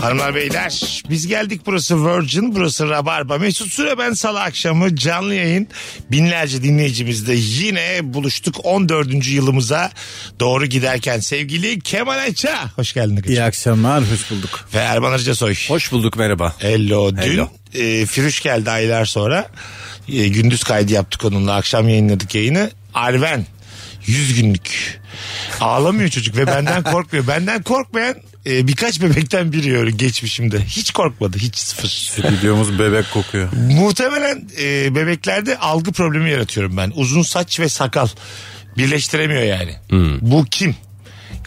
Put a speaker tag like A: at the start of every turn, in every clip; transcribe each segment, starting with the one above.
A: Hanımlar beyler biz geldik burası Virgin burası Rabarba Mesut Süre ben salı akşamı canlı yayın binlerce dinleyicimizle yine buluştuk 14. yılımıza doğru giderken sevgili Kemal Ayça hoş geldin
B: İyi
A: kardeşim.
B: akşamlar, hoş bulduk.
A: ve Erman Arıca Soy.
C: Hoş bulduk merhaba.
A: Hello dün
C: Hello.
A: e, Firuş geldi aylar sonra E, gündüz kaydı yaptık onunla akşam yayınladık yayını Arven 100 günlük ağlamıyor çocuk ve benden korkmuyor benden korkmayan e, birkaç bebekten biri öyle geçmişimde hiç korkmadı hiç sıfır
C: Stüdyomuz E, bebek kokuyor.
A: Muhtemelen e, bebeklerde algı problemi yaratıyorum ben. Uzun saç ve sakal birleştiremiyor yani.
C: Hmm.
A: Bu kim?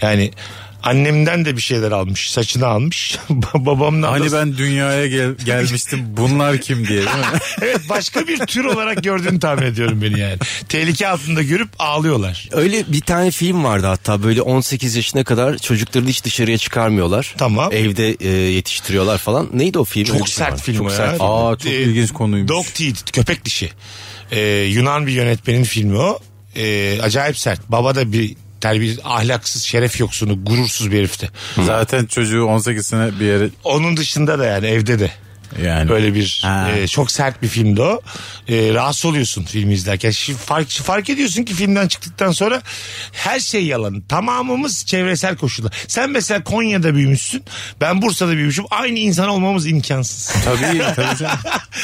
A: Yani annemden de bir şeyler almış. Saçını almış. Babamdan da.
C: Hani ben dünyaya gel- gelmiştim bunlar kim diye değil mi?
A: Evet başka bir tür olarak gördüğünü tahmin ediyorum beni yani. Tehlike altında görüp ağlıyorlar.
D: Öyle bir tane film vardı hatta böyle 18 yaşına kadar çocuklarını hiç dışarıya çıkarmıyorlar.
A: Tamam.
D: Evde e, yetiştiriyorlar falan. Neydi o film?
A: Çok
D: Öyle bir şey
A: sert
D: var.
A: film
D: Çok
A: o ya.
D: sert film.
C: Aa çok
A: Ee,
C: ilginç konuymuş.
A: Dog Teeth köpek dişi. Ee, Yunan bir yönetmenin filmi o. Ee, acayip sert. Baba da bir terbiye ahlaksız şeref yoksunu gurursuz bir herifti.
C: Zaten çocuğu 18 sene bir yere
A: Onun dışında da yani evde de.
C: yani.
A: Böyle bir
C: Ha.
A: e, çok sert bir filmdi o. E, rahatsız oluyorsun filmi izlerken. Şimdi fark, fark ediyorsun ki filmden çıktıktan sonra her şey yalan. Tamamımız çevresel koşullar. Sen mesela Konya'da büyümüşsün. Ben Bursa'da büyümüşüm. Aynı insan olmamız imkansız.
C: Tabii tabii canım.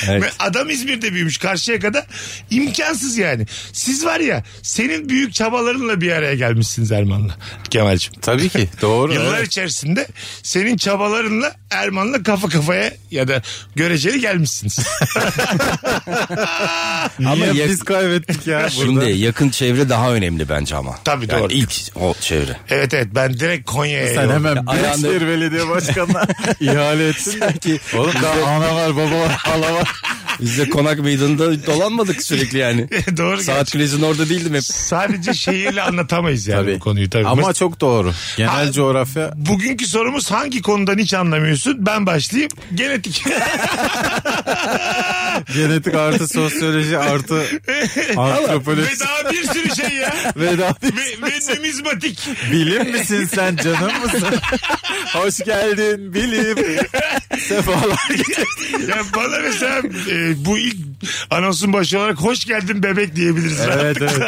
C: Evet.
A: Adam İzmir'de büyümüş karşıya kadar imkansız yani. Siz var ya senin büyük çabalarınla bir araya gelmişsiniz Erman'la Kemal'cim.
C: Tabii ki doğru.
A: Yıllar
C: evet.
A: içerisinde senin çabalarınla Erman'la kafa kafaya ya da göreceli gelmişsiniz.
C: Niye
D: Ama yak-
C: biz kaybettik ya burada?
D: Şimdi yakın çevre daha önemli bence ama.
A: Tabii,
D: yani
A: doğru.
D: İlk o çevre.
A: evet evet ben direkt Konya'ya
C: Sen
A: yol-
C: hemen Büyükşehir Belediye Başkanı'na ihale etsin de.
D: Sanki
C: Oğlum daha ana var baba var hala var.
D: biz de konak meydanında dolanmadık sürekli yani.
A: Doğru
D: Saat
A: gerçi.
D: kulesinin orada değildim hep.
A: Sadece şehirle anlatamayız yani bu konuyu tabii.
C: Ama
A: Mes-
C: çok doğru.
A: Ha-
C: Genel coğrafya
A: Bugünkü sorumuz hangi konudan hiç anlamıyorsun? Ben başlayayım. Genetik.
C: genetik artı sosyoloji artı antropoloji.
A: Ve daha bir sürü şey ya.
C: Veda.
A: Ve, ve
C: şey.
A: numizmatik.
C: Bilim misin sen canım mısın? Hoş geldin bilim. Sefalar
A: Ya bana mesela e, bu ilk anonsun başı olarak hoş geldin bebek diyebiliriz.
C: Evet evet.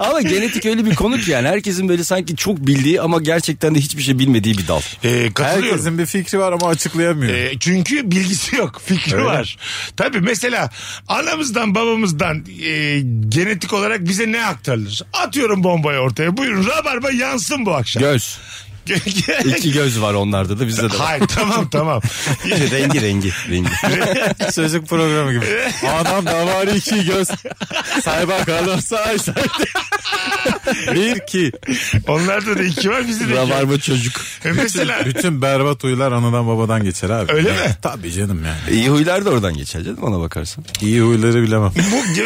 D: Ama genetik öyle bir konu ki yani herkesin böyle sanki çok bildiği ama gerçekten de hiçbir şey bilmediği bir dal.
A: E, katılıyorum.
C: Herkesin bir fikri var ama açıklayamıyor.
A: E, çünkü bilgisi yok, fikri
C: Öyle.
A: var. Tabii mesela anamızdan babamızdan e, genetik olarak bize ne aktarılır? Atıyorum bombayı ortaya. Buyurun rabarba yansın bu akşam.
D: Göz. İki göz var onlarda da bizde de var.
A: Hayır tamam tamam.
D: rengi rengi rengi.
C: Çocuk programı gibi. Adam da var iki göz. Say bakalım say say. bir ki.
A: Onlarda da iki var bizde de iki var.
D: Rabarba çocuk.
A: E, Mesela
C: Bütün berbat huylar anadan babadan geçer abi.
A: Öyle mi?
C: Tabii canım yani.
D: E, İyi huylar da oradan geçer canım ona bakarsan.
C: İyi huyları bilemem.
A: bu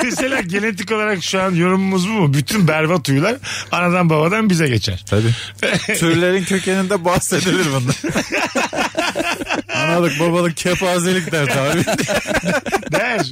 A: mesela genetik olarak şu an yorumumuz bu mu? Bütün berbat huylar anadan babadan bize geçer.
C: Tabii. Türlerin kökeninde bahsedilir bunlar. Analık babalık kepazelik der tabii.
A: Der.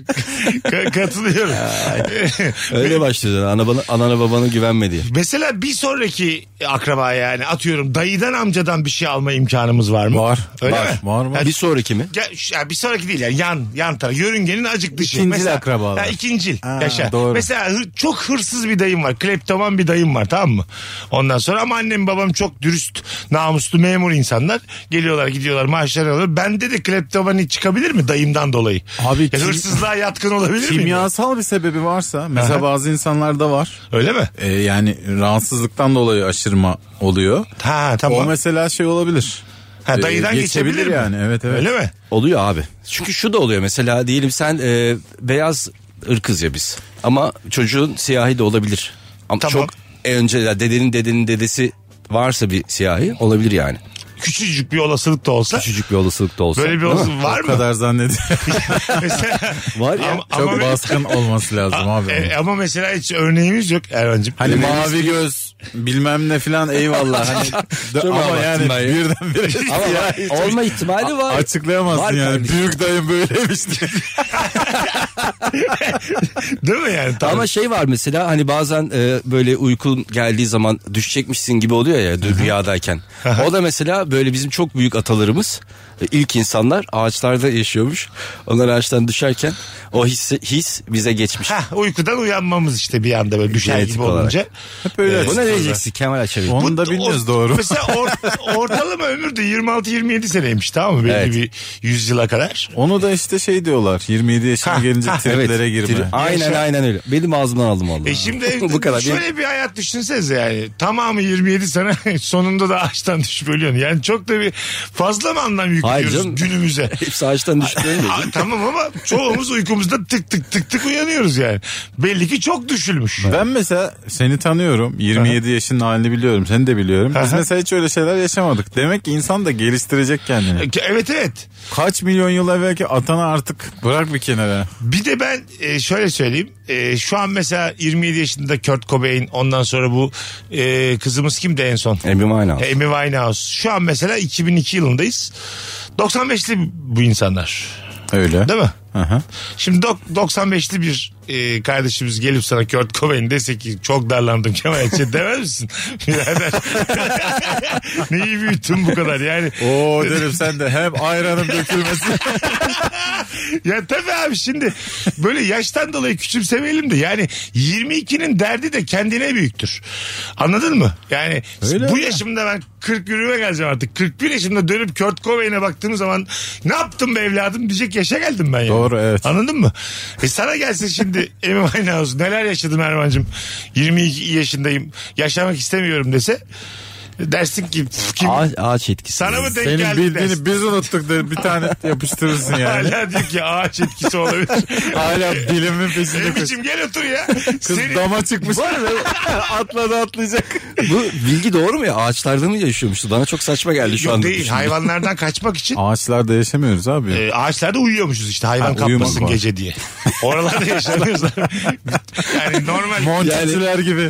A: Ka- katılıyorum.
D: Öyle başlayacaksın ana bana, anana babana güvenme diye.
A: Mesela bir sonraki akraba yani atıyorum dayıdan amcadan bir şey alma imkanımız var mı?
C: Var.
A: Öyle
C: var,
A: mi?
C: Var var.
D: Bir sonraki mi?
A: Ya, şu- ya bir sonraki değil yani yan yan taraf yörüngenin acık dışı.
C: İkincil akrabalar.
A: Ya ikincil
C: Ha,
A: yaşa.
C: doğru.
A: Mesela hır- çok hırsız bir dayım var. Kleptoman bir dayım var tamam mı? Ondan sonra ama annem babam çok dürüst namuslu memur insanlar. Geliyorlar gidiyorlar maaşları alıyor. Bende de kleptomani çıkabilir mi dayımdan dolayı?
C: Abi
A: Ya
C: kim-
A: hırsızlığa yatkın olabilir miyim?
C: Kimyasal bir sebebi varsa mesela
A: Aha.
C: bazı insanlarda var.
A: Öyle mi?
C: Ee, yani rahatsızlıktan dolayı aşırma oluyor.
A: Ha
C: O
A: tamam.
C: mesela şey olabilir.
A: Ha,
C: Ee,
A: dayıdan geçebilir,
C: geçebilir
A: mi?
C: yani, evet, evet.
A: Öyle mi?
D: Oluyor abi. Çünkü şu da oluyor mesela diyelim sen e, beyaz ırkız ya biz. Ama çocuğun siyahi de olabilir. Ama
A: Tamam.
D: çok önce ya dedenin dedenin dedesi varsa bir siyahi olabilir yani.
A: küçücük bir olasılık da olsa.
E: Küçücük bir olasılık da olsa.
A: Böyle bir
E: Değil mi?
A: olasılık var
C: O
A: mı?
C: kadar zannediyorum.
A: Mesela-
D: Var ya.
A: Ama-
C: Çok
A: ama-
C: baskın olması lazım abi.
A: E, ama mesela hiç örneğimiz yok Erhan'cığım.
C: Hani mavi göz bilmem ne filan eyvallah. Hani, de- ama
D: abarttın
C: yani
D: dayı.
C: birdenbire
D: Ama
C: ya,
D: var- olma ihtimali var.
C: açıklayamazsın
D: Var
C: yani.
D: kardeşim.
C: Büyük dayım böyleymiş diye.
A: Değil mi yani? Tamam.
D: Ama şey var mesela hani bazen e, böyle uykun geldiği zaman düşecekmişsin gibi oluyor ya dü- rüyadayken. o da mesela böyle bizim çok büyük atalarımız e, ilk insanlar ağaçlarda yaşıyormuş. Onlar ağaçtan düşerken o his, his bize geçmiş.
A: Hah, uykudan uyanmamız işte bir anda böyle düşer
D: Genetik
A: gibi
D: olarak.
A: olunca.
D: Böyle Buna ne diyeceksin Kemal Açabil?
C: Onu da bilmiyoruz
A: o-
C: doğru.
A: Mesela or- ortalama ömür de 26-27 seneymiş tamam mı? Belli
D: Evet.
A: bir 100 yıla kadar.
C: Onu da işte şey diyorlar 27 yaşına
A: Ha,
C: gelince
A: ha,
C: triplere girme.
D: Tri- Aynen
A: Yaşa.
D: aynen öyle. Benim ağzımdan aldım vallahi.
A: E şimdi
D: bu kadar.
A: şöyle bir hayat düşünsenize yani. Tamamı 27 sene sonunda da ağaçtan düşüp ölüyorsun. Yani çok da bir fazla mı anlam
D: Hayır
A: yüklüyoruz
D: canım.
A: günümüze?
D: Hepsi ağaçtan düştü öyle değil.
A: Aa, tamam ama çoğumuz uykumuzda tık tık tık tık uyanıyoruz yani. Belli ki çok düşülmüş.
C: Ben mesela seni tanıyorum. 27 yaşının halini biliyorum. Seni de biliyorum. Biz
A: Aha.
C: mesela hiç öyle şeyler yaşamadık. Demek ki insan da geliştirecek kendini.
A: Evet evet.
C: Kaç milyon yıl evvelki atana artık bırak bir kenara.
A: Bir de ben e, şöyle söyleyeyim. E, şu an mesela 27 yaşında Kurt Cobain ondan sonra bu e, kızımız kimdi en son?
D: Emre Mayna.
A: Amy Winehouse. Şu an mesela 2002 yılındayız. 95'li bu insanlar.
C: Öyle.
A: Değil mi?
C: Aha.
A: Şimdi dok- 95'li bir e, kardeşimiz gelip sana Kurt Cobain dese ki çok darlandım Kemal Ayça demez misin? Birader. Neyi büyüttün bu kadar yani.
C: Oo derim sen de hem ayranım dökülmesin.
A: Ya tabii abi şimdi böyle yaştan dolayı küçümsemeyelim de yani 22'nin derdi de kendine büyüktür. Anladın mı? Yani
C: Öyle
A: bu
C: mi?
A: yaşımda ben 40 yürüme geleceğim artık. 41 yaşımda dönüp Kurt Cobain'e baktığım zaman ne yaptım be evladım diyecek yaşa geldim ben yani.
C: Doğru, evet.
A: Anladın mı? E sana gelsin şimdi Amy Winehouse neler yaşadım Erman'cığım 22 yaşındayım yaşamak istemiyorum dese dersin ki "Pf, kim
D: Ağaç, ağaç etkisi.
A: sana mı denk
C: Senin
A: geldi dersin.
C: bildiğini biz unuttuk der. Bir tane yapıştırırsın yani.
A: Hala diyor ki ağaç etkisi olabilir.
C: Hala bilimin peşinde koş.
A: Emicim gel otur ya.
C: Kız
A: Seni-
C: dama çıkmış. Atladı atlayacak.
D: Bu bilgi doğru mu ya? Ağaçlarda mı yaşıyormuştu? Bana çok saçma geldi şu
A: Yok
D: anda.
A: değil
D: düşündüm.
A: hayvanlardan kaçmak için
C: Ağaçlarda yaşamıyoruz abi.
A: e, ağaçlarda uyuyormuşuz işte hayvan
C: Ha,
A: kapmasın
C: uyumak var.
A: gece diye. Oralarda yaşanıyoruz. yani normal.
C: Montikçiler gibi.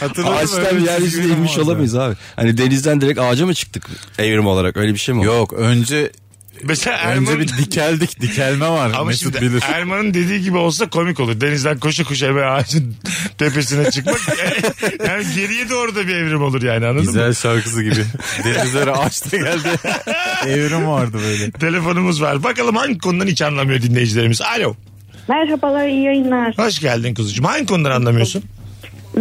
C: Hatırladın mı?
D: Ağaçtan
C: Öyle bir
D: yeryüzüne
C: çizgi
D: inmiş
C: roman vardı.
D: olamayız abi. Hani denizden direkt ağaca mı çıktık evrim olarak öyle bir şey mi?
C: Yok önce
A: Mesela
C: önce
A: Erman,
C: bir dikeldik dikelme var.
A: ama
C: Mesut
A: şimdi
C: bilir.
A: Erman'ın dediği gibi olsa komik olur. Denizden koşu koşu eve ağacın tepesine çıkmak. yani geriye doğru da bir evrim olur yani anladın mı?
C: Güzel şarkısı gibi. Denizlere ağaçta geldi. Evrim vardı böyle.
A: Telefonumuz var. Bakalım hangi konudan hiç anlamıyor dinleyicilerimiz. Alo.
B: Merhabalar, iyi yayınlar.
A: Hoş geldin kuzucuğum. Hangi konudan anlamıyorsun?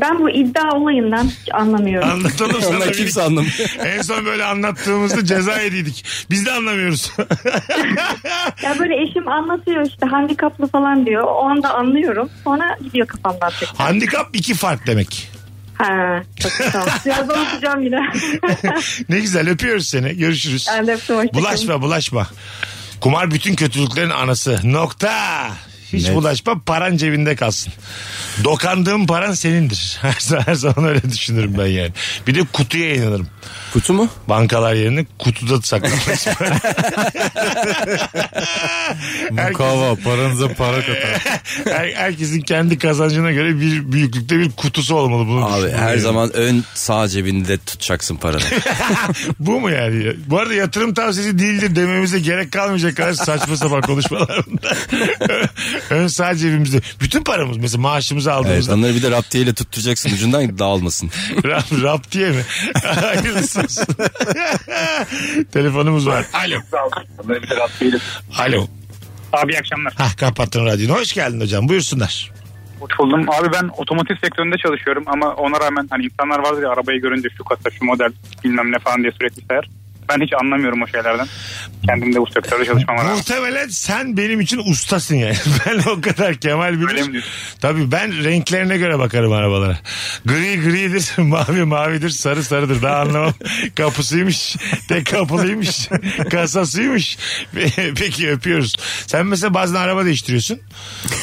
B: Ben bu iddia olayından hiç anlamıyorum.
A: Anlatalım sana.
D: Onlar
A: bir-
D: kimse anlamıyor.
A: En son böyle anlattığımızda ceza yediydik. Biz de anlamıyoruz.
B: ya böyle eşim anlatıyor işte handikaplı falan diyor. O anda anlıyorum. Sonra gidiyor kafamdan tekrar.
A: Handikap iki fark demek.
B: Ha, çok güzel. Birazdan okuyacağım yine.
A: Ne güzel öpüyoruz seni. Görüşürüz.
B: ben de öptüm, hoşçakalın.
A: Bulaşma bulaşma. Kumar bütün kötülüklerin anası. Nokta. Hiç bulaşma paran cebinde kalsın. Dokandığın paran senindir. Her zaman, her zaman öyle düşünürüm ben yani. Bir de kutuya inanırım.
D: Kutu mu?
A: Bankalar yerine kutuda saklamak.
C: Mukava paranıza para katar.
A: Her- herkesin kendi kazancına göre bir büyüklükte bir kutusu olmalı. Bunu
D: Abi
A: düşünüyorum
D: her
A: yani.
D: zaman ön sağ cebinde tutacaksın paranı.
A: Bu mu yani? Bu arada yatırım tavsiyesi değildir dememize gerek kalmayacak kadar saçma sapan konuşmalarında. Ön sağ cebimizde. Bütün paramız mesela maaşımızı
D: evet,
A: aldığımızda.
D: onları bir de raptiyeyle tutturacaksın ucundan dağılmasın.
A: rap, rap diye mi? Hayırlısı olsun. Telefonumuz var. Alo. Alo.
F: Abi iyi akşamlar.
A: Hah kapattın radyonu. Hoş geldin hocam. Buyursunlar.
F: Hoş buldum. Abi ben otomotiv sektöründe çalışıyorum ama ona rağmen hani insanlar vardır ya arabayı görünce şu kasa şu model bilmem ne falan diye sürekli sayar. Ben hiç anlamıyorum o şeylerden. Kendim de bu sektörde çalışmama rağmen.
A: Muhtemelen sen benim için ustasın yani. Ben o kadar Kemal
F: Öyle mi
A: bilir.
F: diyorsun?
A: Tabii ben renklerine göre bakarım arabalara. Gri gridir, mavi mavidir, sarı sarıdır. Daha anlamam. Kapısıymış, tek kapılıymış, kasasıymış. Peki öpüyoruz. Sen mesela bazen araba değiştiriyorsun.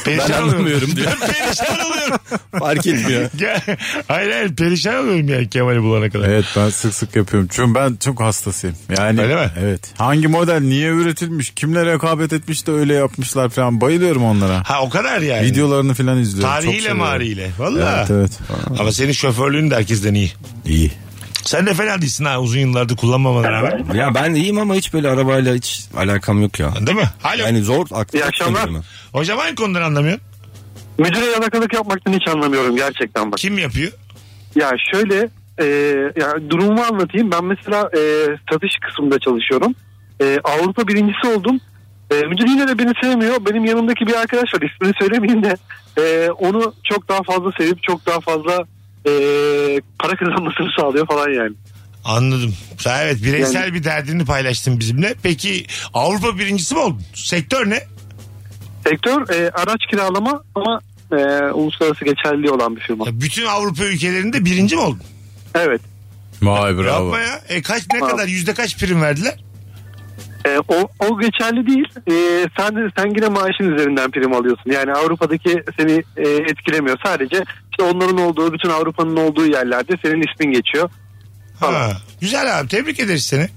A: Perişan oluyorum.
D: anlamıyorum diyor.
A: Ben perişan oluyorum.
D: Fark etmiyor.
A: Ya, hayır hayır perişan oluyorum yani Kemal'i bulana kadar.
C: Evet ben sık sık yapıyorum. Çünkü ben çok hastasıyım. Yani
A: Öyle mi?
C: Evet. Hangi model niye üretilmiş? Kimle rekabet etmiş de öyle yapmışlar falan. Bayılıyorum onlara.
A: Ha o kadar yani.
C: Videolarını falan izliyorum. Çok
A: Tarihiyle
C: seviyorum.
A: mariyle. Valla.
C: Evet evet.
A: Ama senin şoförlüğün de herkesten iyi.
C: İyi.
A: Sen de fena değilsin ha uzun yıllardır kullanmamana rağmen.
D: Ya ben iyiyim ama hiç böyle arabayla hiç alakam yok ya.
A: Değil mi? Alo.
D: Yani zor aklı.
G: İyi akşamlar.
D: tutmuyor.
A: Hocam hangi konudan anlamıyorsun?
G: Müdüre yalakalık yapmaktan hiç anlamıyorum gerçekten bak.
A: Kim yapıyor?
G: Ya şöyle e, ya durumu anlatayım. Ben mesela e, satış kısmında çalışıyorum. E, Avrupa birincisi oldum. E, müdür yine de beni sevmiyor. Benim yanımdaki bir arkadaş var ismini söylemeyeyim de e, onu çok daha fazla sevip çok daha fazla e, para kazanmasını sağlıyor falan yani.
A: Anladım. Sen evet bireysel bir derdini paylaştın bizimle. Peki Avrupa birincisi mi oldun? Sektör ne?
G: Sektör e, araç kiralama ama e, uluslararası geçerli olan bir firma.
A: Ya bütün Avrupa ülkelerinde birinci mi oldun?
G: Evet.
C: Vay bravo.
A: Yapma ya. E kaç ne
G: Bravo.
A: kadar yüzde kaç prim verdiler?
G: E, o, o geçerli değil. E, sen sen yine maaşın üzerinden prim alıyorsun. Yani Avrupa'daki seni e, etkilemiyor. Sadece işte onların olduğu, bütün Avrupa'nın olduğu yerlerde senin ismin geçiyor. Tamam.
A: Ha. Güzel abi tebrik ederiz seni.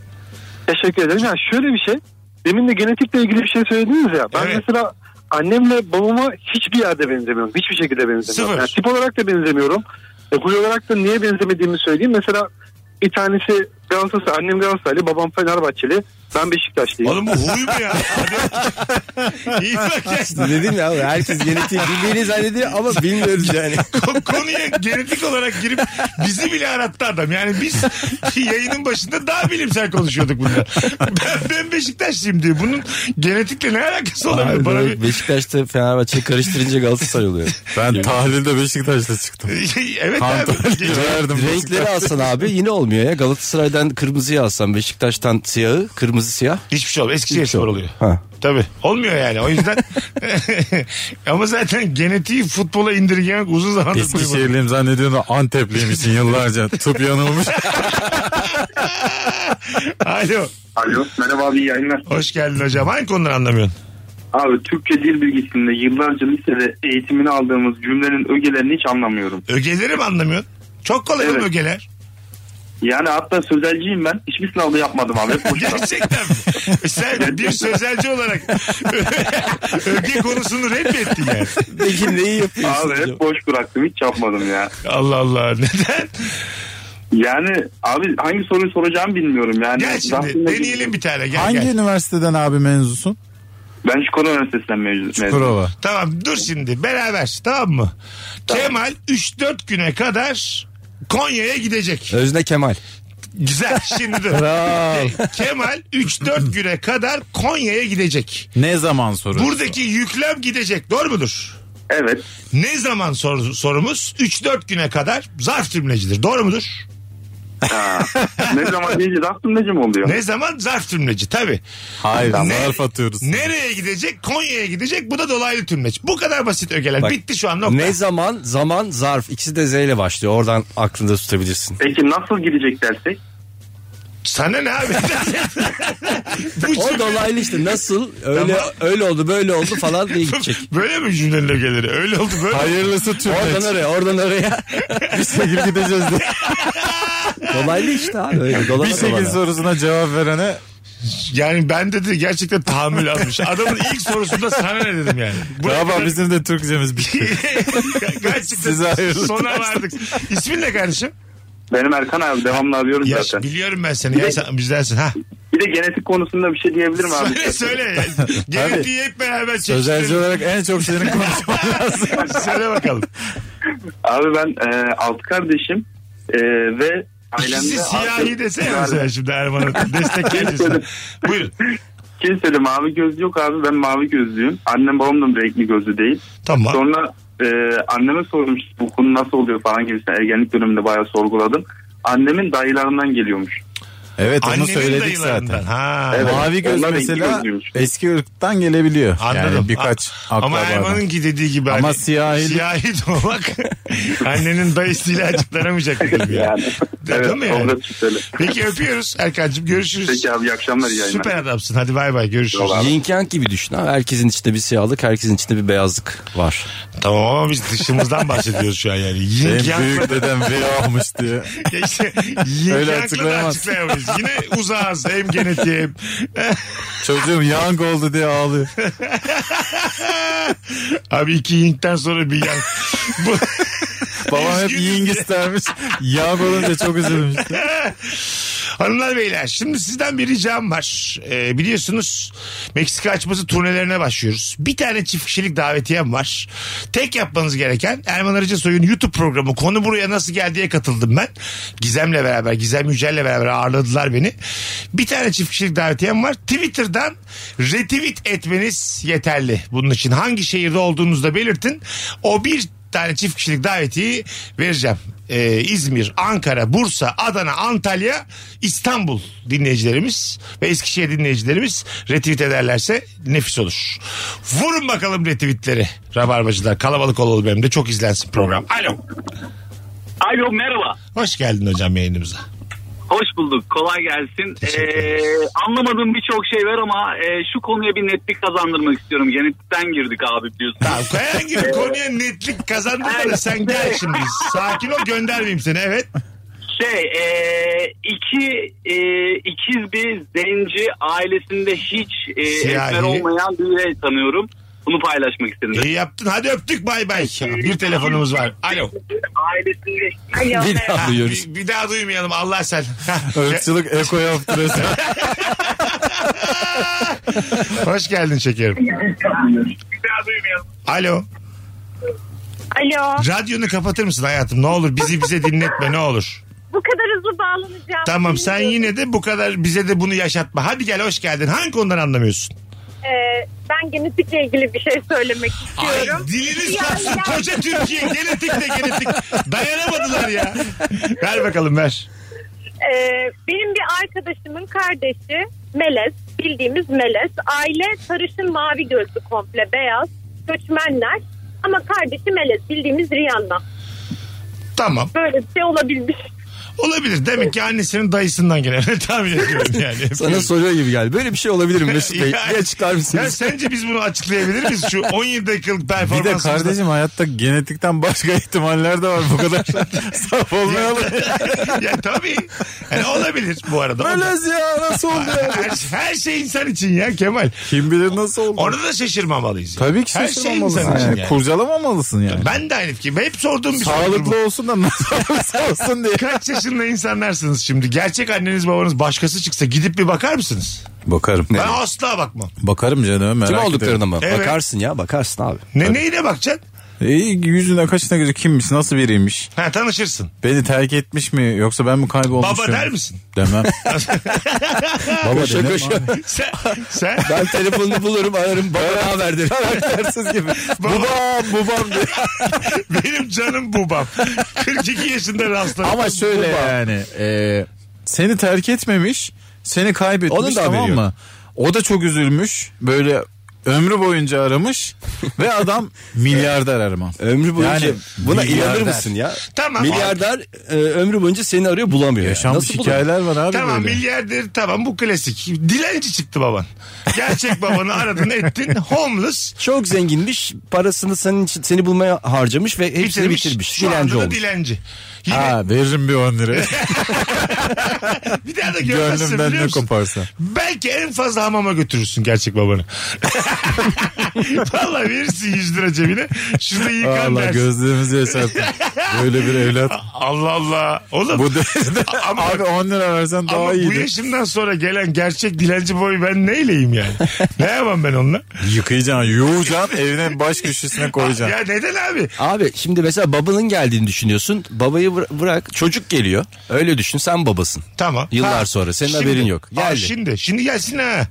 G: Teşekkür ederim. Ya şöyle bir şey. Demin de genetikle ilgili bir şey söylediniz ya. Ben
A: Evet.
G: mesela annemle babama hiçbir yerde benzemiyorum. Hiçbir şekilde benzemiyorum.
A: Sıfır.
G: Yani tip olarak da benzemiyorum. E, huy olarak da niye benzemediğimi söyleyeyim. Mesela bir tanesi Galatasaray, annem Galatasaraylı, babam Fenerbahçeli. Ben Beşiktaşlıyım.
A: Oğlum bu huy mu ya? Hadi. İyi bak ya.
D: Dedim ya herkes genetiği bildiğini zannediyor ama bilmiyoruz yani.
A: Ko- konuya genetik olarak girip bizi bile arattı adam. Yani biz yayının başında daha bilimsel konuşuyorduk bunlar. Ben, ben Beşiktaşlıyım diyor. Bunun genetikle ne alakası olabilir? Bana bir...
D: Beşiktaş'ta Fenerbahçe'yi karıştırınca Galatasaray oluyor.
C: Ben tahlilde Beşiktaş'ta çıktım.
A: evet abi.
C: Antalya verdim.
D: Renkleri alsan abi yine olmuyor ya. Galatasaray'dan kırmızıyı alsan Beşiktaş'tan siyahı kırmızı siyah.
A: Hiçbir şey olmuyor. Eskişehir spor oluyor.
D: Ha.
A: Tabii. Olmuyor yani. O yüzden ama zaten genetiği futbola indirgemek uzun zamandır duymadım.
C: Eskişehirliyim zannediyorsun da Antepliymişsin yıllarca. Tıp yanılmış.
A: Alo.
F: Alo merhaba abi iyi yayınlar.
A: Hoş geldin hocam. Hangi konuları anlamıyorsun?
F: Abi Türkçe dil bilgisinde yıllarca lisede eğitimini aldığımız cümlenin ögelerini hiç anlamıyorum.
A: Ögeleri mi anlamıyorsun? Çok kolay oğlum
F: Evet.
A: ögeler.
F: Yani hatta sözelciyim ben. Hiçbir sınavda yapmadım abi. Hep boşuna.
A: Gerçekten mi? E, Sen bir sözelci olarak öge konusunu reddettin yani.
D: Peki neyi yapıyorsun?
F: abi hep boş bıraktım. Hiç yapmadım ya.
A: Allah Allah. Neden?
F: Yani abi hangi soruyu soracağımı bilmiyorum. Yani
A: Gel şimdi deneyelim bir tane. Gel
C: Hangi
A: gel.
C: üniversiteden abi mevzusun?
F: Ben Çukurova Üniversitesi'nden mezun.
C: Kurova.
A: Tamam dur şimdi beraber tamam mı? Kemal 3-4 güne kadar Konya'ya gidecek.
D: Özne Kemal.
A: Güzel şimdi dur. Kemal 3-4 güne kadar Konya'ya gidecek.
C: Ne zaman soruyorsun?
A: Buradaki yüklem gidecek doğru mudur?
F: Evet.
A: Ne zaman sor- sorumuz? 3-4 güne kadar zarf cümlecidir. Doğru mudur?
F: ne zaman deyince de aklım necim oluyor.
A: Ne zaman zarf cümleci tabii.
C: Hayır
A: Ne-
C: zarf atıyoruz.
A: Nereye gidecek? Konya'ya gidecek. Bu da dolaylı tümleç. Bu kadar basit ögeler.
D: Bak,
A: Bitti şu an nokta.
D: Ne zaman zaman zarf ikisi de Z ile başlıyor. Oradan aklında tutabilirsin.
F: Peki nasıl gidecek dersek?
A: Sana ne abi? Bu
D: O
A: cümle-
D: dolaylı işte nasıl öyle
A: Tamam.
D: öyle oldu böyle oldu falan diye gidecek.
A: Böyle mi cümlenin ögeleri? Öyle oldu böyle.
C: Hayırlısı
D: Oradan
C: tümleç.
D: oraya oradan oraya.
C: Bir şekil gideceğiz diye.
D: dolaylı işte abi öyle dolana
C: Bir şekil
D: dolana.
C: sorusuna cevap verene
A: Yani ben dedi gerçekten tahammül almış. Adamın ilk sorusunda sana ne dedim yani. Bu
C: Baba bizim de Türkçemiz şey. bitti.
A: gerçekten
C: Size hayırlı
A: sona vardık. İsmin ne kardeşim?
F: Benim Erkan abi devamlı arıyorum
A: Ya,
F: zaten.
A: biliyorum ben seni. Ya, sen, bizdensin. Ha.
F: Bir de genetik konusunda bir şey diyebilirim abi.
A: Söyle söyle. Genetiği hep beraber
C: Sözelci
A: çekiştirelim.
C: olarak en çok senin konuşman lazım.
A: Söyle bakalım.
F: Abi ben e, alt kardeşim e, ve ailemde...
A: İkisi siyahi desene
F: Abi,
A: mesela şimdi Erman'a. Destekleyicisi. Buyurun.
F: Kimse de mavi gözlü yok abi ben mavi gözlüyüm. Annem babam da renkli gözlü değil.
A: Tamam.
F: Sonra e, anneme sordum işte bu konu nasıl oluyor falan gibisinden ergenlik döneminde bayağı sorguladım. Annemin dayılarından geliyormuş.
C: Evet onu
A: Annemin
C: söyledik
A: dayılarından.
C: zaten.
A: Ha.
F: Evet.
C: Mavi göz
F: Onlar da iki
C: mesela
F: gözlüymüş.
C: eski ırktan gelebiliyor.
A: Anladım.
C: Yani birkaç
A: A- Ama
C: akrabadan.
A: Erman'ın ki dediği gibi. hani
C: Ama siyahi-
A: Siyahi doğmak annenin dayısıyla açıklanamayacak bir durum yani. Değil mi yani?
G: Tolga Çifteli.
A: Peki öpüyoruz Erkan'cığım görüşürüz.
G: Peki abi iyi akşamlar iyi yayınlar.
A: Süper adamsın hadi bay bay görüşürüz.
D: Yin yang gibi düşün abi. Herkesin içinde bir siyahlık, herkesin içinde bir beyazlık var.
A: Tamam ama biz dışımızdan bahsediyoruz şu an yani. Yin
C: Benim
A: yang
C: büyük dedem V olmuş diye.
A: Ya işte yin
C: Öyle
A: yangla da
C: açıklayamaz.
A: açıklayamayız. Yine uzağız hem genetiğim.
C: Çocuğum yang oldu diye ağlıyor.
A: Abi iki yinkten sonra bir yang. Bu...
C: Babam hep
A: Üzgünüm
C: ying
A: diye.
C: istermiş. Yang olunca çok üzülmüş.
A: Hanımlar beyler şimdi sizden bir ricam var. Ee, biliyorsunuz Meksika açması turnelerine başlıyoruz. Bir tane çift kişilik davetiyem var. Tek yapmanız gereken Erman Arıca Soy'un YouTube programı Konu Buraya Nasıl Geldi'ye katıldım ben. Gizem'le beraber Gizem Yücel'le beraber ağırladılar beni. Bir tane çift kişilik davetiyem var. Twitter'dan retweet etmeniz yeterli. Bunun için hangi şehirde olduğunuzu da belirtin. O bir tane çift kişilik davetiyi vereceğim. Ee, İzmir, Ankara, Bursa, Adana, Antalya, İstanbul dinleyicilerimiz ve Eskişehir dinleyicilerimiz retweet ederlerse nefis olur. Vurun bakalım retweetleri Rabarbacılar. Kalabalık olalım hem de çok izlensin program. Alo.
H: Alo merhaba.
A: Hoş geldin hocam yayınımıza.
H: Hoş bulduk. Kolay gelsin.
A: Teşekkür
H: Ee,
A: ederiz.
H: anlamadığım birçok şey var ama e, şu konuya bir netlik kazandırmak istiyorum. Genetikten girdik abi biliyorsun.
A: Tamam, herhangi bir konuya netlik kazandın da sen gel şimdi. Sakin ol göndermeyeyim seni evet.
H: Şey e, iki e, ikiz bir zenci ailesinde hiç e,
A: Siyahi.
H: esmer olmayan bir birey tanıyorum. Bunu paylaşmak istedim.
A: İyi yaptın hadi öptük bay bay. Bir telefonumuz var. Alo.
H: Ailesinde
B: Alo.
D: Bir daha duyuyoruz.
A: Bir, bir daha duymayalım Allah sen.
C: Irkçılık eko yaptı resmen.
A: Hoş geldin şekerim. Alo.
B: Alo.
A: Radyonu kapatır mısın hayatım? Ne olur bizi bize dinletme ne olur.
B: Bu kadar hızlı bağlanacağım.
A: Tamam sen yine de bu kadar bize de bunu yaşatma. Hadi gel hoş geldin. Hangi konudan anlamıyorsun?
B: Ee, ben genetikle ilgili bir şey söylemek
A: Ay,
B: istiyorum.
A: diliniz
B: Ya,
A: kalsın
B: ya.
A: koca Türkiye genetik de genetik. Dayanamadılar ya. Ver bakalım ver.
B: Ee, benim bir arkadaşımın kardeşi melez, bildiğimiz melez. Aile sarışın mavi gözlü komple beyaz, göçmenler. Ama kardeşi melez, bildiğimiz Rihanna.
A: Tamam
B: Böyle bir şey olabilmiş.
A: olabilir. Demek ki annesinin dayısından gelen tahmin ediyorum yani.
D: Sana soruyor gibi geldi. Böyle bir şey olabilir mi Mesut Bey? Bir açıklar
A: Ya
D: mısınız?
A: sence biz bunu açıklayabilir miyiz? Şu 17 dakikalık
C: Bir de
A: performansımızda.
C: kardeşim hayatta genetikten başka ihtimaller de var. Bu kadar saf olmayalım.
A: ya tabii. Yani olabilir bu arada.
C: Melez ya nasıl oldu ya?
A: her, her şey insan için ya Kemal.
C: Kim bilir nasıl oldu?
A: Orada da şaşırmamalıyız. yani.
C: Tabii ki
A: Her şey
C: şaşırmamalısın.
A: insan için
C: yani.
A: yani.
C: Kurcalamamalısın yani.
A: Ben de aynı fikir. Hep sorduğum bir şey sorudur bu.
C: Sağlıklı olsun da nasıl olursa olsun diye.
A: Kaç yaşında insanlarsınız şimdi? Gerçek anneniz babanız başkası çıksa gidip bir bakar mısınız?
C: Bakarım.
A: Ben asla bakmam.
C: Bakarım canım merak
D: Kim olduklarına mı?
A: Evet.
D: Bakarsın ya bakarsın abi.
A: Ne, neyine bakacaksın?
C: ederim. E, yüzüne kaçına göre kimmiş nasıl biriymiş?
A: Ha tanışırsın.
C: Beni terk etmiş mi yoksa ben mi kaybolmuşum?
A: Baba der misin?
C: Demem. Baba
D: Koşa
C: demem
D: koşa.
C: abi.
A: Sen, sen
D: Ben telefonunu bulurum ararım baba ne haber derim.
C: Karaktersiz gibi.
A: Baba.
C: babam babam diye.
A: benim canım babam. 42 yaşında rastladım.
C: Ama şöyle yani e, seni terk etmemiş seni kaybetmiş
D: Onun da haberi
C: tamam
D: yok.
C: mı? O da çok üzülmüş böyle ömrü boyunca aramış ve adam milyarder aramam.
D: Ömrü boyunca
C: Yani
D: buna inanır
C: milyarder.
D: mısın ya?
A: Tamam.
D: Milyarder e, ömrü boyunca seni arıyor bulamıyor. ya.
C: Yaşanmış
D: Nasıl bulur?
C: hikayeler var abi
A: Tamam
C: böyle.
A: milyarder tamam bu klasik. Dilenci çıktı baban. Gerçek babanı aradın ettin. Homeless.
D: Çok zenginmiş parasını senin için seni bulmaya harcamış ve hepsini bitirmiş.
A: Bitirmiş. Şu
D: Dilenci
A: anda da
D: olmuş.
A: dilenci. Yine
C: Ha veririm bir 10 lira.
A: bir daha da görmezsin
C: Gönlümden
A: biliyor
C: ne
A: musun?
C: koparsa.
A: Belki en fazla hamama götürürsün gerçek babanı. Vallahi verirsin 100 lira cebine. Şurada yıkan
C: Allah
A: dersin.
C: gözlerimizi yaşarttı. Böyle bir evlat.
A: Allah Allah. Oğlum.
C: Bu devirde
A: Ama-
C: abi 10 lira versen
A: ama
C: daha
A: bu
C: iyiydi.
A: yaşımdan sonra gelen gerçek dilenci boyu ben neyleyim yani? ne yapam ben onunla?
C: Yıkayacaksın, yuvacaksın, evine baş köşesine koyacaksın.
A: Ya neden abi?
D: Abi şimdi mesela babanın geldiğini düşünüyorsun. Babayı bıra- bırak çocuk geliyor. Öyle düşün sen babasın.
A: Tamam.
D: Yıllar
A: Ha,
D: sonra senin haberin yok.
A: Aa,
D: Geldi.
A: şimdi. Şimdi gelsin ha.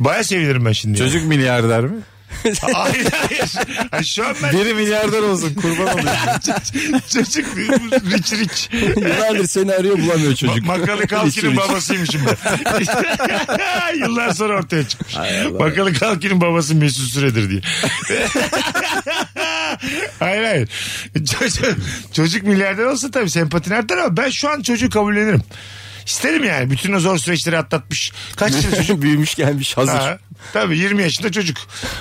A: Baya sevinirim ben şimdi. ya.
C: Çocuk milyarder mi?
A: Hayır hayır. Ha, Şu an ben
C: Biri milyarder olsun kurban olayım.
A: çocuk rich rich.
D: Yıllardır seni arıyor bulamıyor çocuk.
A: Makalı Kalkin'in
D: Hiç-
A: babasıymışım ben. Yıllar sonra ortaya çıkmış. Makalı Kalkin'in babası Mesut Süredir diye. Hayır hayır. Çocuk, çocuk milyarder olsa tabii sempatin artar ama ben şu an çocuğu kabullenirim. İsterim yani. Bütün o zor süreçleri atlatmış. Kaç yaşında çocuk?
D: Büyümüş gelmiş hazır.
A: Ha, tabii 20 yaşında çocuk.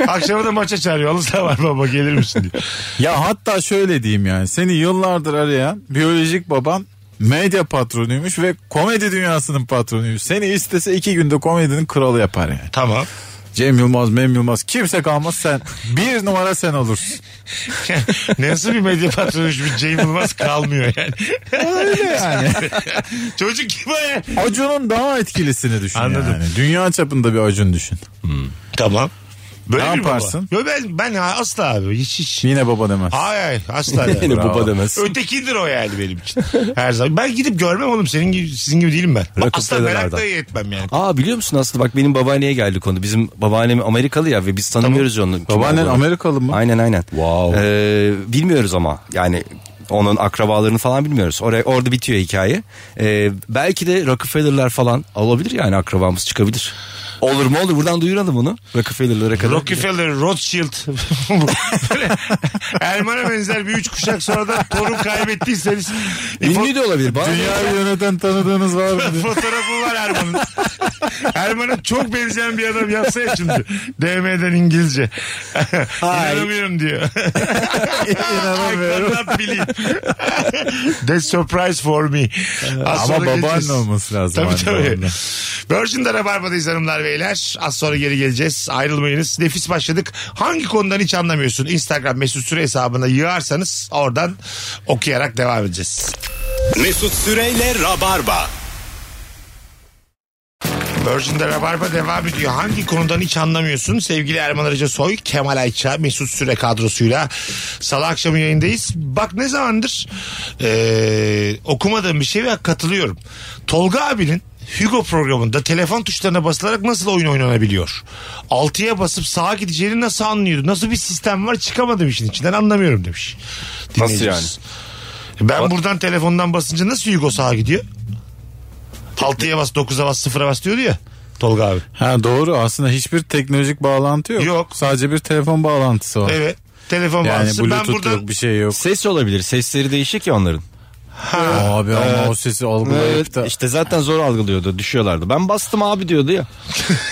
A: Akşama da maça çağırıyor. Alısa var baba gelir misin diye.
C: Ya hatta şöyle diyeyim yani seni yıllardır arayan biyolojik baban medya patronuymuş ve komedi dünyasının patronuymuş. Seni istese iki günde komedinin kralı yapar yani.
A: Tamam.
C: Cem Yılmaz, Mem Yılmaz kimse kalmaz sen. Bir numara sen olursun.
A: Nasıl bir medya patronuymuş bir Cem Yılmaz kalmıyor yani.
C: Öyle yani.
A: Çocuk gibi ya.
C: Acun'un daha etkilisini düşün
A: Anladım.
C: yani. Dünya çapında bir Acun düşün.
A: Tamam. Böyle
C: Ne
A: bir baba.
C: yaparsın?
A: Yo, ben, ben asla abi. Hiç hiç.
C: Yine baba demez.
A: Hayır hayır asla.
D: Yine
A: demem.
D: baba demez.
A: Ötekidir o yani benim için. Her zaman. Ben gidip görmem oğlum. Senin gibi, sizin gibi değilim ben.
D: Rakıp
A: Asla merak
D: dedelerden.
A: da etmem yani.
D: Aa biliyor musun aslında bak benim babaanneye geldi konu. Bizim babaannem Amerikalı ya ve biz tanımıyoruz onu. kim
C: Babaannen
D: olduğunu.
C: Amerikalı mı?
D: Aynen aynen.
C: Wow.
D: Ee, bilmiyoruz ama yani onun akrabalarını falan bilmiyoruz. Oraya orada bitiyor hikaye. Ee, belki de Rockefeller'lar falan olabilir yani akrabamız çıkabilir. Olur mu olur buradan duyuralım bunu. Rockefeller'lara kadar.
A: Rockefeller, Rothschild. Böyle Erman'a benzer bir üç kuşak sonra da torun kaybettiyseniz.
D: Ünlü de olabilir. Bana
C: Dünyayı yöneten tanıdığınız var mı? diye.
A: Fotoğrafı var Erman'ın. Erman'a çok benzeyen bir adam yazsa ya şimdi. DM'den İngilizce. İnanamıyorum diyor. I cannot believe. That's surprise for me. Az
C: Ama
A: sonra geleceğiz.
C: babaanne olması lazım.
A: Tabii
C: aynı
A: tabii.
C: zamanda.
A: Virgin'de Rabarba'dayız hanımlar beyler. Az sonra geri geleceğiz. Ayrılmayınız. Nefis başladık. Hangi konudan hiç anlamıyorsun? Instagram mesut süre hesabına yığarsanız oradan okuyarak devam edeceğiz.
I: Mesut Süreyle Rabarba.
A: Virgin'de Rabarba devam ediyor. Hangi konudan hiç anlamıyorsun? Sevgili Erman Arıca Soy, Kemal Ayça, Mesut Süre kadrosuyla salı akşamı yayındayız. Bak ne zamandır eee, okumadığım bir şey ve katılıyorum. Tolga abinin Hugo programında telefon tuşlarına basılarak nasıl oyun oynanabiliyor? Altıya basıp sağa gideceğini nasıl anlıyordu? Nasıl bir sistem var çıkamadım işin içinden anlamıyorum demiş.
D: Nasıl
A: Dinleyicimiz. Ben buradan telefondan basınca nasıl Hugo sağa gidiyor? 6'ya bas 9'a bas 0'a bas diyordu ya Tolga abi.
C: Ha doğru aslında hiçbir teknolojik bağlantı yok.
A: Yok.
C: Sadece bir telefon bağlantısı var.
A: Evet. Telefon
C: Yani
A: bağlantısı. Ben
C: bluetooth
A: buradan
C: yok bir şey yok.
D: Ses olabilir. Sesleri değişik ya onların.
C: Abi ama o sesi algılayıp
D: Evet,
C: da.
D: işte zaten zor algılıyordu. Düşüyorlardı. Ben bastım abi diyordu ya.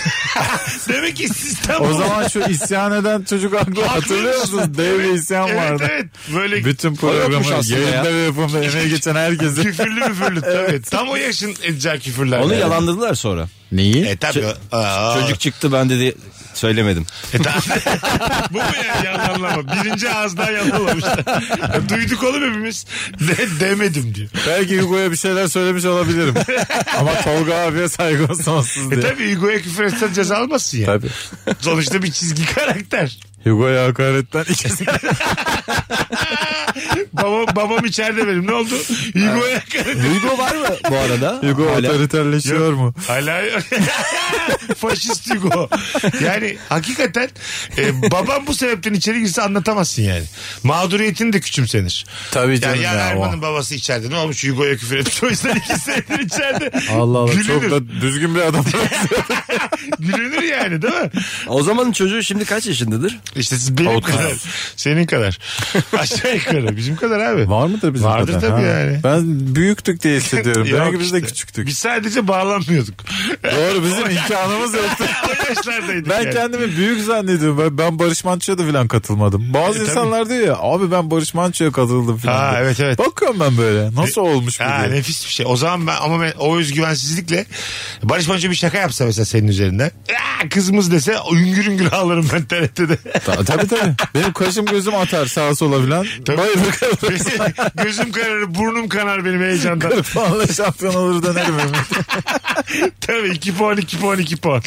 A: demek ki sistem
C: O
A: bu.
C: zaman şu isyan eden çocuk haklı hatırlıyor musunuz? Dev bir isyan
A: evet,
C: vardı.
A: Evet Böyle
C: Bütün programı
D: yokmuş aslında ya.
C: yayında ve yapımda emeği geçen herkesin.
A: küfürlü müfürlü. evet. Tam o yaşın edeceği küfürler.
D: Onu
A: yani.
D: yalanladılar sonra.
C: Neyi?
A: E tabii. Aa.
D: Çocuk çıktı ben dedi söylemedim.
A: E, tabii. bu mu yani yalanlama? Birinci ağızdan yalanlamışlar. E, Duyduk oğlum hepimiz. De, demedim diyor.
C: Belki Hugo'ya bir şeyler söylemiş olabilirim. ama Tolga abiye saygım sonsuz
A: E
C: diye.
A: tabii Hugo'ya küfür etsen ceza almazsın ya.
C: Tabii.
A: Sonuçta bir çizgi karakter.
C: Hugo'ya hakaretten ikisi.
A: Babam, babam içeride benim. Ne oldu? Hugo'ya hakaret
D: Duygu var mı bu arada?
C: Hugo
D: Hala-
C: otoriterleşiyor mu?
A: Hala faşist Hugo. Yani hakikaten e, babam bu sebepten içeri girse anlatamazsın yani. Mağduriyetini de küçümsenir.
C: Tabii
A: Yani
C: canım
A: ya,
C: ya, o.
A: Erman'ın babası içeride ne olmuş Hugo'ya küfür etmiş o yüzden iki senedir içeride.
C: Allah Allah çok
A: Gülünür.
C: da düzgün bir adam.
A: Gülünür yani değil mi?
D: O zamanın çocuğu şimdi kaç yaşındadır?
A: İşte siz benim
C: Otuz.
A: kadar. Senin kadar. Aşağı yukarı bizim kadar abi.
C: Var mıdır bizim
A: Vardır
C: kadar?
A: tabii
C: Ha.
A: yani.
C: Ben büyüktük diye hissediyorum.
A: Yok
C: Belki biz de
A: işte.
C: küçüktük.
A: Biz sadece bağlanmıyorduk.
C: Doğru bizim imkanımız yoktu.
A: o yaşlardaydık
C: Ben
A: yani.
C: kendimi büyük zannediyorum. Ben, ben Barış Manço'ya da falan katılmadım. Bazı
A: E,
C: insanlar diyor ya abi ben Barış Manço'ya katıldım falan.
A: Ha,
C: diyor.
A: evet, evet. E,
C: Bakıyorum ben böyle. Nasıl olmuş bu
A: Ha,
C: diye.
A: nefis bir şey. O zaman ben ama ben o özgüvensizlikle Barış Manço bir şaka yapsa mesela senin üzerinden. Aa, kızımız dese üngür üngür ağlarım ben TRT'de.
C: Ta- tabii tabii. Benim kaşım gözüm atar sağa sola falan.
A: Tabii.
C: Bayılır kalırım.
A: Gözüm kararır, burnum kanar benim heyecandan.
C: Falan şampiyon olur dönerim.
A: Tabii 2 puan, 2 puan, 2 puan.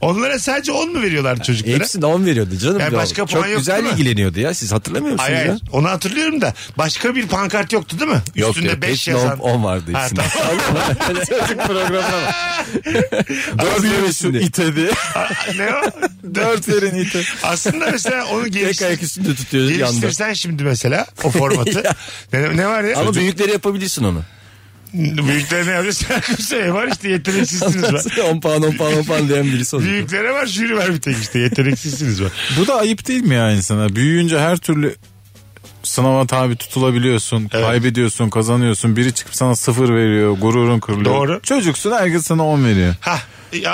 A: Onlara sadece 10 mu veriyorlar çocuklara?
D: Hepsinde 10 veriyordu canım.
A: Yani
D: Ya,
A: başka puan
D: Çok
A: yoktu
D: güzel
A: mu?
D: ilgileniyordu ya. Siz hatırlamıyor musunuz
A: Hayır,
D: ya?
A: hayır. Onu hatırlıyorum da başka bir pankart yoktu değil mi?
D: Yok
A: Üstünde
D: yok.
A: 5
D: Hepsinde
A: yazan.
D: 10 vardı
A: Ha,
D: hepsinde.
C: Çocuk programına bak. Dört yerin şu
D: üstünde.
C: ite diye.
A: ne o?
C: Dört yerin ite.
A: Aslında mesela onu
D: Tek
A: geliştir,
D: ayak üstünde tutuyor yanda.
A: geliştirsen şimdi mesela o formatı. ne, ne var ya?
D: Ama büyükleri yapabilirsin onu.
A: Büyüklere ne yapacağız? Şarkı söyle şey var işte yeteneksizsiniz var.
D: 10 puan 10 puan 10 puan diyen birisi oldu.
A: Büyüklere var jüri var bir tek işte yeteneksizsiniz var.
C: Bu da ayıp değil mi ya insana? Büyüyünce her türlü sınava tabi tutulabiliyorsun,
A: Evet.
C: kaybediyorsun, kazanıyorsun. Biri çıkıp sana sıfır veriyor, gururun kırılıyor.
A: Doğru.
C: Çocuksun herkes sana on veriyor.
A: Hah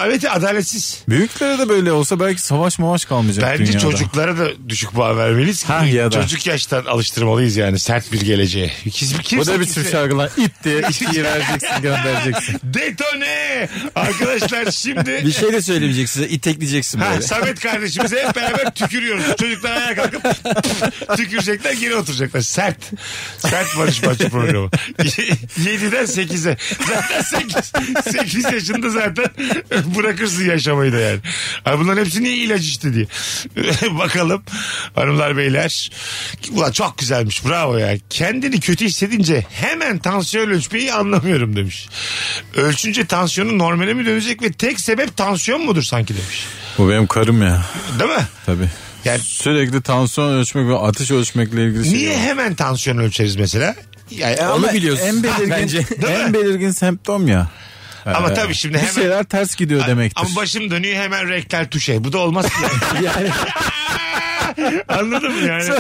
A: evet e, adaletsiz.
C: Büyüklere de böyle olsa belki savaş mavaş kalmayacak
A: Bence
C: dünyada.
A: çocuklara da düşük puan vermeliyiz ki
C: Ha, ya da.
A: çocuk yaştan alıştırmalıyız yani sert bir geleceğe. Kimse, kimse,
C: Bu da bir
A: kimse-
C: tür şarkılar. İt diye ikiyi vereceksin göndereceksin.
A: Detone! Arkadaşlar şimdi...
D: Bir şey de söylemeyecek size itekleyeceksin
A: Ha,
D: böyle.
A: Samet kardeşimize hep beraber tükürüyoruz. Çocuklar ayağa kalkıp tükürecekler geri oturacaklar. Sert. Sert Barış Manço programı. 7'den 8'e. Zaten 8, 8 yaşında zaten bırakırsın yaşamayı da yani. Ay bunların hepsi niye ilaç içti diye. Bakalım hanımlar beyler. Ulan çok güzelmiş bravo ya. Kendini kötü hissedince hemen tansiyon ölçmeyi anlamıyorum demiş. Ölçünce tansiyonu normale mi dönecek ve tek sebep tansiyon mudur sanki demiş.
C: Bu benim karım ya.
A: Değil mi?
C: Tabii.
A: Yani-
C: Sürekli tansiyon ölçmek ve ateş ölçmekle ilgili şey
A: Niye
C: yok.
A: hemen tansiyon ölçeriz mesela? Yani, ama,
D: Onu biliyorsun.
C: En belirgin,
D: Bence.
C: en belirgin semptom ya.
A: ama
C: Ee,
A: tabii şimdi
C: Bir
D: şey-
A: hemen
C: şeyler ters gidiyor demektir.
A: ama başım dönüyor hemen rektal tuşe. Bu da olmaz ki.
D: Yani,
A: Anladın mı yani?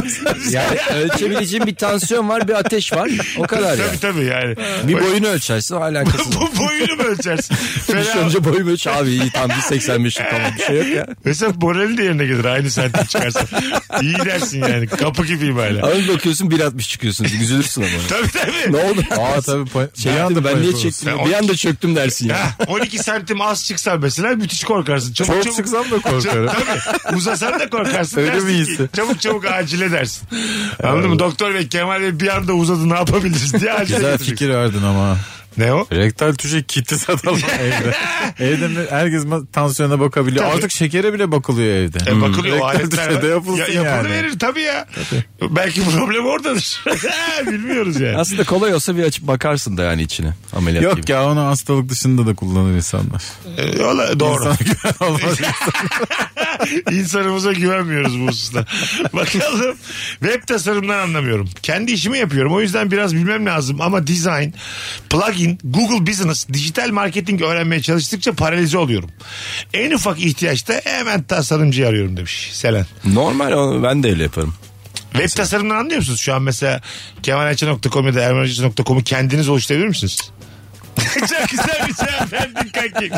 D: yani ölçebileceğin bir tansiyon var bir ateş var. O kadar yani.
A: tabii tabii yani.
D: Bir boyunu ölçersin alakası yok.
A: Bu boyunu mu ölçersin?
D: Bir
A: Fena-
D: önce boyumu ölç abi iyi tam 1.85'lik tamam bir şey yok ya.
A: Mesela morali de yerine gelir aynı santim çıkarsa. İyi dersin yani. Kapı gibiyim hala.
D: Ama bir bakıyorsun 1.60 çıkıyorsun. Üzülürsün ama.
A: tabii tabii.
D: ne oldu?
C: Aa tabii. pa-
D: Şey
C: bir
D: yaptım,
C: anda
D: ben niye
C: bayılırız.
D: çektim?
A: Sen
D: Bir anda çöktüm dersin ya.
A: Ha, 12 santim az çıksan mesela müthiş korkarsın. Çabuk
C: Çok
A: çabuk.
C: çıksam da korkarım.
A: Tabii. Uzasan da korkarsın.
C: Öyle
A: dersin
C: mi
A: ki,
C: iyisi?
A: Çabuk çabuk acile dersin. Anladın mı? Doktor Bey Kemal Bey bir anda uzadı ne yapabiliriz diye acile
C: Güzel
A: getireceksin.
C: fikir verdin ama.
A: Ne o?
C: Rektal tuşe kiti satalım evde. evde mi- herkes ma- tansiyona bakabiliyor.
A: Tabii.
C: Artık şekere bile bakılıyor evde.
A: E, bakılıyor o
C: Rektal
A: aletler.
C: tuşe de Hmm. yapılsın
A: ya,
C: yani.
A: verir tabii ya. Belki problem oradadır. Bilmiyoruz yani.
D: Aslında kolay olsa bir açıp bakarsın da yani içine ameliyat gibi.
C: Yok ya onu hastalık dışında da kullanır insanlar.
A: E, ola- doğru.
C: İnsan güven olmaz.
A: İnsanımıza güvenmiyoruz bu hususta. Bakalım. Web tasarımdan anlamıyorum. Kendi işimi yapıyorum. O yüzden biraz bilmem lazım ama design, plugin, Google Business, dijital marketing öğrenmeye çalıştıkça paralize oluyorum. En ufak ihtiyaçta hemen tasarımcı arıyorum demiş Selen.
D: Normal onu ben de öyle yaparım.
A: Web tasarımdan anlıyor musunuz? Şu an mesela kemalayça.com ya da ermanayça.com'u kendiniz oluşturabilir misiniz? Çok güzel bir cevap verdin kanki.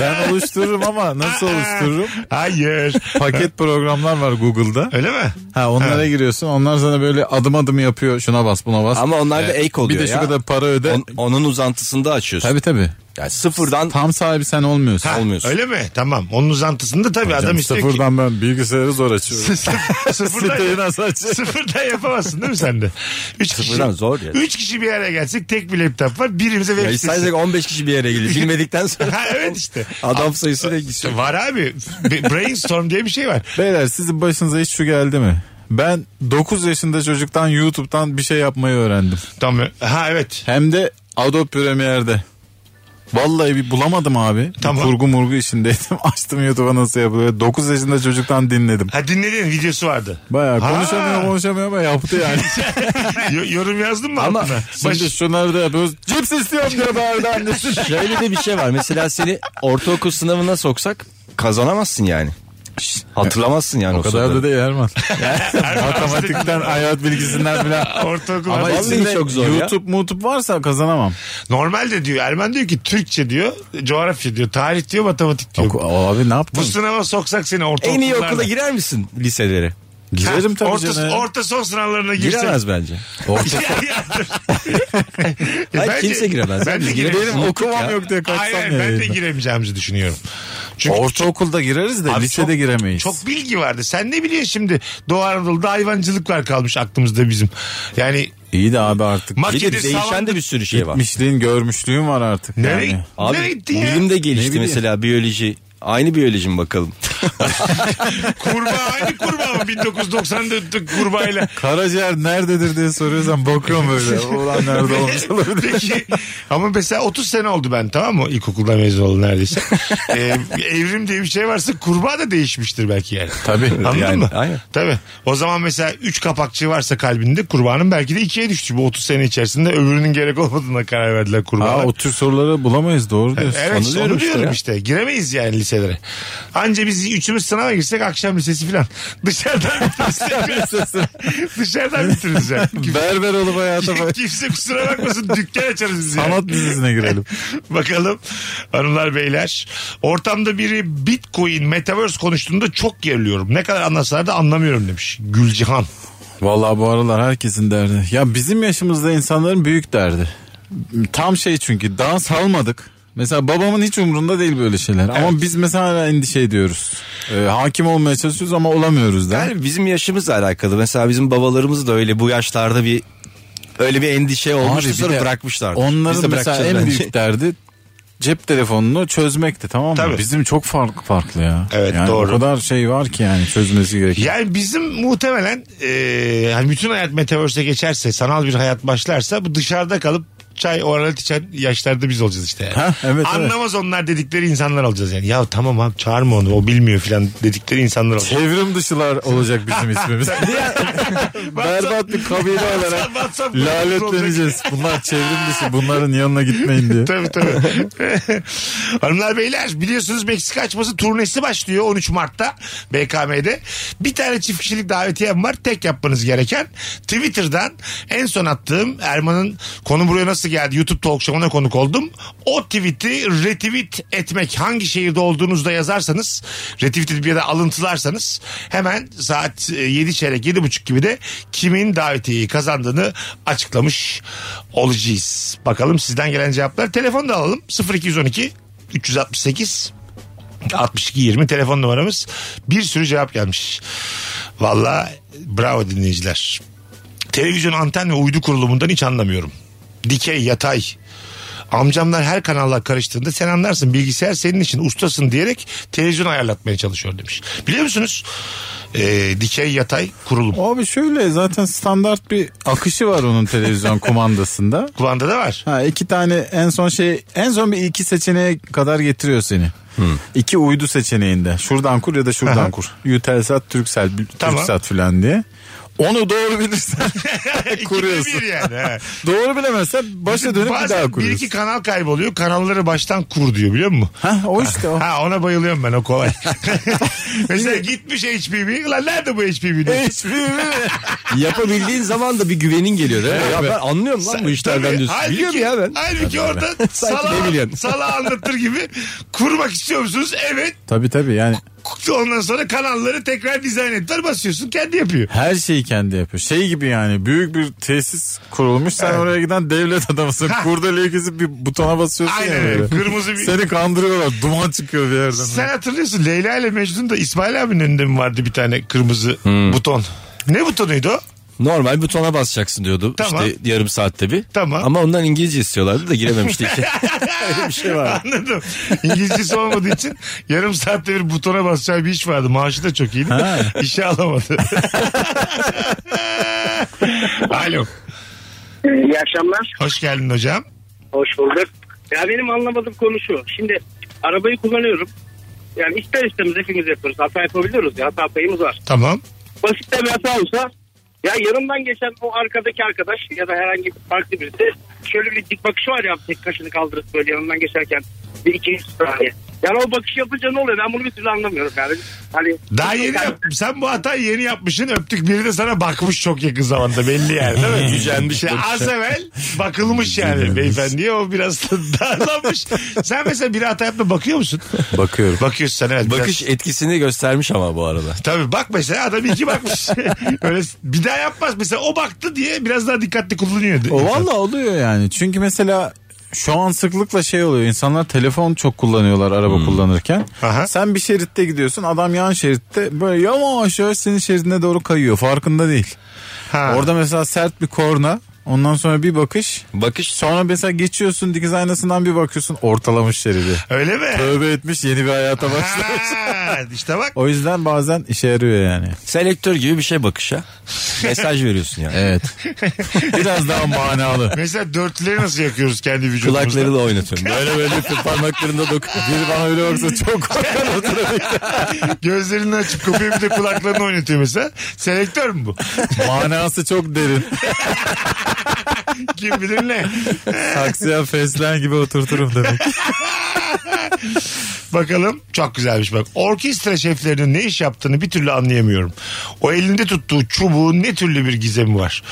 C: ben oluştururum ama nasıl oluştururum?
A: Hayır.
C: Paket programlar var Google'da.
A: Öyle mi?
C: Ha onlara giriyorsun. Onlar sana böyle adım adım yapıyor. Şuna bas, buna bas.
D: Ama onlar da ek oluyor
C: bir de şu
D: ya.
C: kadar para öde.
D: On- onun uzantısında açıyorsun.
C: Tabii tabii.
D: Yani sıfırdan
C: Tam sahibi sen olmuyorsun.
A: Ha,
D: Olmuyorsun.
A: Öyle mi? Tamam. Onun uzantısında tabii adam
C: Canım,
A: istiyor ki.
C: sıfırdan ben bilgisayarı zor açıyorum.
A: Sıfır-
C: Siteyi
A: sıfırdan,
C: nasıl açıyorum?
A: sıfırdan yapamazsın değil mi sen de? Üç
D: Sıfırdan
A: kişi,
D: zor ya.
A: Üç kişi bir araya gelsek tek bir laptop var. Birimize web
D: yani
A: sitesi.
D: sadece 15 kişi bir yere geliyor. Bilmedikten sonra
A: Ha, evet işte.
D: adam sayısı da gidiyor.
A: Var abi. B- Brainstorm diye bir şey var.
C: Beyler sizin başınıza hiç şu geldi mi? Ben 9 yaşında çocuktan YouTube'dan bir şey yapmayı öğrendim.
A: Tamam. Ha evet.
C: Hem de Adobe Premiere'de. Vallahi bir bulamadım abi. Bir
A: Tamam.
C: kurgu murgu işindeydim. Açtım YouTube'a nasıl yapılıyor. 9 yaşında çocuktan dinledim.
A: Ha dinledin videosu vardı.
C: Bayağı
A: Ha.
C: konuşamıyor konuşamıyor ama yaptı yani.
A: Yo- yorum yazdın mı
D: Ama
A: altına?
C: Şimdi
A: Baş-
C: şunları da yapıyoruz. Cips istiyorum diye bağırdı annesi.
D: Şöyle de bir şey var. Mesela seni ortaokul sınavına soksak kazanamazsın yani. Hatırlamazsın yani o,
C: O kadar da
D: soruları.
C: değil Erman. Matematikten, hayat bilgisinden filan.
A: Ortaokul.
C: Ama
D: Vallahi
C: içinde
D: çok zor ya.
C: YouTube, mutup varsa kazanamam.
A: Normalde diyor. Ermen diyor ki Türkçe diyor. Coğrafya diyor. Tarih diyor. Matematik diyor.
C: Yok, abi ne
A: Bu
C: yaptın?
A: sınava soksak seni ortaokullarda.
D: En iyi okula girer misin liselere?
C: Girerim tabii
A: orta,
C: canım.
A: Orta son sınavlarına girsen.
D: Giremez bence.
A: Ya, ya, dur.
D: Hayır
A: Bence-
D: kimse giremez.
A: Ben de giremem.
C: Benim okumam yok diye kaçsam
A: Hayır
C: ya
A: ben de
C: yayından.
A: giremeyeceğimizi düşünüyorum. Çünkü
C: Ortaokulda gireriz de
A: Abi
C: lisede
A: çok-
C: giremeyiz.
A: Çok bilgi vardı. Sen ne biliyorsun şimdi? Doğu Anadolu'da hayvancılıklar kalmış aklımızda bizim. Yani
C: İyi de abi artık.
A: Mak-
D: Bir de
A: Makinede
D: değişen
A: savandı-
D: de bir sürü şey var.
C: Gitmişliğin görmüşlüğün var artık.
A: nereye,
C: Yani.
A: nereye
D: Abi
A: gittin ya?
D: bilim de
C: Ne
D: gelişti
C: bileyim.
D: mesela biyoloji. Aynı biyoloji mi bakalım?
A: kurbağa aynı kurbağa mı? 1994'teki kurbağayla.
C: Karaciğer nerededir diye soruyorsan bakıyorum böyle. Ulan nerede olmuş olabilir.
A: Peki ama mesela 30 sene oldu ben tamam mı? İlkokulda mezun oldum neredeyse. Ee, evrim diye bir şey varsa kurbağa da değişmiştir belki yani.
D: Tabii.
A: Anladın
D: Yani,
A: mı?
D: aynen.
A: Tabii. O zaman mesela 3 kapakçı varsa kalbinde kurbağanın belki de ikiye düştü. Bu 30 sene içerisinde öbürünün gerek olmadığına karar verdiler kurbağa.
C: Aa, o tür soruları bulamayız doğru diyorsun.
A: Evet onu diyorum,
C: işte ya.
A: işte. Giremeyiz yani liselere. Anca biz üçümüz sınava girsek akşam lisesi falan. Dışarıdan bitiririz. Dışarıdan bitiririz yani. Kimse,
C: Berber olup hayata bak.
A: kimse kusura bakmasın dükkan açarız biz yani.
C: Sanat dizisine girelim.
A: Bakalım hanımlar beyler. Ortamda biri bitcoin, metaverse konuştuğunda çok geriliyorum. Ne kadar anlasalar da anlamıyorum demiş. Gülcihan.
C: Vallahi bu aralar herkesin derdi. Ya bizim yaşımızda insanların büyük derdi. Tam şey çünkü daha salmadık. Mesela babamın hiç umrunda değil böyle şeyler. Ama biz mesela hala endişe ediyoruz. Ee, hakim olmaya çalışıyoruz ama olamıyoruz da.
D: Yani bizim yaşımızla alakalı. Mesela bizim babalarımız da öyle bu yaşlarda bir öyle bir endişe olmuştu
C: Abi bir
D: sonra
C: de
D: bırakmışlardı. Biz de
C: Onların mesela
D: bırakacağız
C: en
D: bence.
C: büyük derdi cep telefonunu çözmekti tamam mı?
A: Tabii.
C: Bizim çok farklı farklı ya.
A: Evet,
C: yani
A: doğru.
C: O kadar şey var ki yani çözmesi gereken.
A: Yani bizim muhtemelen e, yani bütün hayat metaverse'e geçerse, sanal bir hayat başlarsa bu dışarıda kalıp çay oralet içen yaşlarda biz olacağız işte. Yani.
C: Ha, evet, evet.
A: Anlamaz onlar dedikleri insanlar olacağız yani. Ya tamam abi çağırma onu o bilmiyor filan dedikleri insanlar olacağız.
C: Çevrim dışılar olacak bizim ismimiz. Berbat bir kabile olarak
A: WhatsApp grubumuz
C: lanetleneceğiz. Bunlar çevrim dışı. Bunların yanına gitmeyin diye.
A: tabii tabii. Hanımlar beyler biliyorsunuz Meksika açması turnesi başlıyor 13 Mart'ta BKM'de. Bir tane çift kişilik davetiyem var. Tek yapmanız gereken Twitter'dan en son attığım Erman'ın konu buraya nasıl geldi YouTube talk show'una konuk oldum. O tweet'i retweet etmek hangi şehirde olduğunuzda yazarsanız retweet edip ya da alıntılarsanız hemen saat e, 7 çeyrek 7 buçuk gibi de kimin davetiyeyi kazandığını açıklamış olacağız. Bakalım sizden gelen cevaplar. Telefonu da alalım. 0212 368 62 20 telefon numaramız. Bir sürü cevap gelmiş. Valla bravo dinleyiciler. Televizyon anten ve uydu kurulumundan hiç anlamıyorum. Dikey, yatay. Amcamlar her kanalla karıştığında sen anlarsın bilgisayar senin için ustasın diyerek televizyon ayarlatmaya çalışıyor demiş. Biliyor musunuz? Ee, dikey, yatay kurulum.
C: Abi şöyle zaten standart bir akışı var onun televizyon kumandasında.
A: Kulağında da var.
C: Ha iki tane en son şey en son bir iki seçeneğe kadar getiriyor seni. İki uydu seçeneğinde. Şuradan kur ya da şuradan
A: Aha.
C: kur. Utelsat, Turkcell,
A: Tamam.
C: Turksat filan diye. Onu doğru bilirsen kuruyorsun.
A: İkide bir yani. he.
C: Doğru bilemezsen başa dönüp bir daha
A: Bazen bir
C: kuruyorsun.
A: iki kanal kayboluyor. Kanalları baştan kur diyor biliyor musun?
C: Ha o işte o.
A: Ha ona bayılıyorum ben o kolay. Mesela gitmiş HPV. Lan nerede bu HPV
C: Eh,
A: diyor.
D: Yapabildiğin zaman da bir güvenin geliyor değil mi? Ya ben anlıyorum lan bu işlerden diyorsun.
A: Halbuki-
D: Biliyorum ya ben.
A: Halbuki orada sala,
D: ne biliyorsun?
A: sala anlatır gibi kurmak istiyor musunuz? Evet.
C: Tabii tabii yani
A: Ondan sonra kanalları tekrar dizayn ettiler. Basıyorsun kendi yapıyor.
C: her şeyi kendi yapıyor. Şey gibi yani büyük bir tesis kurulmuş sen oraya giden devlet adamısın. Kurdeleyi kesip bir butona basıyorsun ya
A: Aynen öyle.
C: böyle.
A: Kırmızı bir...
C: Seni kandırıyorlar duman çıkıyor bir yerden.
A: Sen hatırlıyorsun Leyla ile Mecnun'da İsmail abinin önünde mi vardı bir tane kırmızı
C: Hmm.
A: buton? Ne butonuydu o?
D: Normal butona basacaksın diyordu.
A: Tamam.
D: İşte yarım saatte bir.
A: Tamam.
D: Ama ondan İngilizce istiyorlardı da girememişti.
A: Öyle bir şey var. Anladım. İngilizcesi olmadığı için yarım saatte bir butona basacağı bir iş vardı. Maaşı da çok iyiydi. İşe alamadı. Alo.
H: İyi akşamlar.
A: Hoş geldin hocam.
H: Hoş bulduk. Ya benim anlamadığım konu şu. Şimdi arabayı kullanıyorum. Yani ister istemez hepimiz yapıyoruz. Hata yapabiliyoruz ya. Hata payımız var.
A: Tamam.
H: Basit de bir hata olsa ya yanımdan geçen o arkadaki arkadaş ya da herhangi bir farklı birisi şöyle bir dik bakışı var ya tek kaşını kaldırıp böyle yanımdan geçerken bir iki saniye. Yani o bakış yapınca ne oluyor? Ben bunu bir türlü anlamıyorum yani. Hani
A: Daha yeni yap- sen bu hatayı yeni yapmışsın öptük biri de sana bakmış çok yakın zamanda belli yani değil mi? Gücenmiş. az evvel bakılmış yani beyefendiye o biraz darlanmış. sen mesela biri hata yaptı bakıyor musun?
D: Bakıyorum.
A: Bakıyorsun sen evet. biraz-
D: Bakış etkisini göstermiş ama bu arada.
A: Tabii bak mesela adam iki bakmış. Öyle bir daha yapmaz. Mesela o baktı diye biraz daha dikkatli kullanıyordu.
C: O valla oluyor yani. Çünkü mesela şu an sıklıkla şey oluyor. İnsanlar telefon çok kullanıyorlar araba kullanırken.
A: Aha.
C: Sen bir şeritte gidiyorsun. Adam yan şeritte böyle yavaş yavaş senin şeridine doğru kayıyor. Farkında değil.
A: Ha.
C: Orada mesela sert bir korna. Ondan sonra bir bakış.
D: Bakış
C: Sonra mesela geçiyorsun dikiz aynasından bir bakıyorsun ortalamış şeridi.
A: Öyle mi?
C: Tövbe etmiş yeni bir hayata başlamış.
A: Ha, işte bak.
C: o yüzden bazen işe yarıyor yani.
D: selektör gibi bir şey bakışa. Mesaj veriyorsun yani.
C: Evet. Biraz daha manalı.
A: Mesela dörtlüleri nasıl yakıyoruz kendi vücudumuzda?
D: Kulakları da oynatıyorum.
C: Böyle böyle parmaklarında dokun. Biri bana öyle baksa çok korkar o trafikte.
A: Gözlerini açıp kapıyor bir de kulaklarını oynatıyor mesela. Selektör mü bu?
C: Manası çok derin.
A: Kim bilir ne?
C: Saksıya feslen gibi oturturum demek.
A: Bakalım çok güzelmiş bak. Orkestra şeflerinin ne iş yaptığını bir türlü anlayamıyorum. O elinde tuttuğu çubuğun ne türlü bir gizemi var?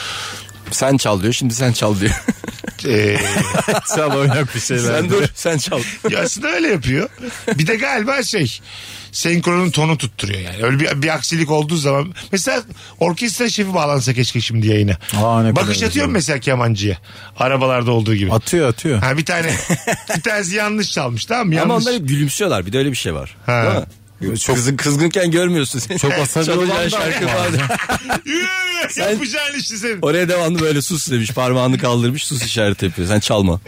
D: Sen çal diyor şimdi sen çal diyor.
A: Ee,
C: Çal oynak bir şeyler.
D: sen dur sen çal.
A: ya aslında öyle yapıyor. Bir de galiba şey senkronun tonu tutturuyor yani. Öyle bir, bir aksilik olduğu zaman. Mesela orkestra şefi bağlansa keşke şimdi yayına.
C: Aa, ne kadar
A: Bakış
C: güzel.
A: atıyor mu mesela kemancıya? Arabalarda olduğu gibi.
C: Atıyor atıyor.
A: Ha bir tane bir tanesi yanlış çalmış tamam mı?
D: Ama
A: Yanlış.
D: onlar hep gülümsüyorlar bir de öyle bir şey var.
A: Ha.
D: Değil mi? Kızın kızgınken görmüyorsun seni.
C: Çok asabi
D: Çalacağın
C: olan da
D: şarkı
C: var.
D: vardı.
A: Yürü, yürü,
D: Sen-
A: Yapacağın işte senin.
D: Oraya devamlı böyle sus demiş. Parmağını kaldırmış sus işareti yapıyor. Sen çalma.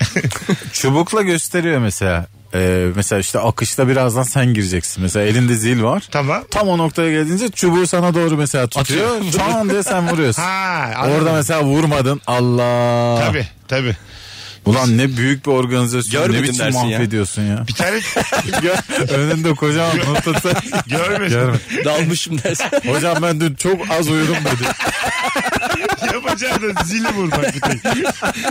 C: Çubukla gösteriyor mesela. Ee, mesela işte akışta birazdan sen gireceksin. Mesela elinde zil var.
A: Tamam.
C: Tam o noktaya geldiğince çubuğu sana doğru mesela tutuyor.
D: Atıyor.
C: Çan diye sen vuruyorsun.
A: Ha, anladım.
C: Orada mesela vurmadın. Allah.
A: Tabii tabii.
C: Ulan ne büyük bir organizasyon.
D: Görmedim
C: ne biçim
D: dersin ya.
C: mahvediyorsun ya.
A: Bir tane
C: Önünde kocaman notası.
A: görmedim.
C: Görme.
D: Dalmışım dersin.
C: Hocam ben dün çok az uyudum dedi.
A: Yapacağın da zili vurmak bir tek.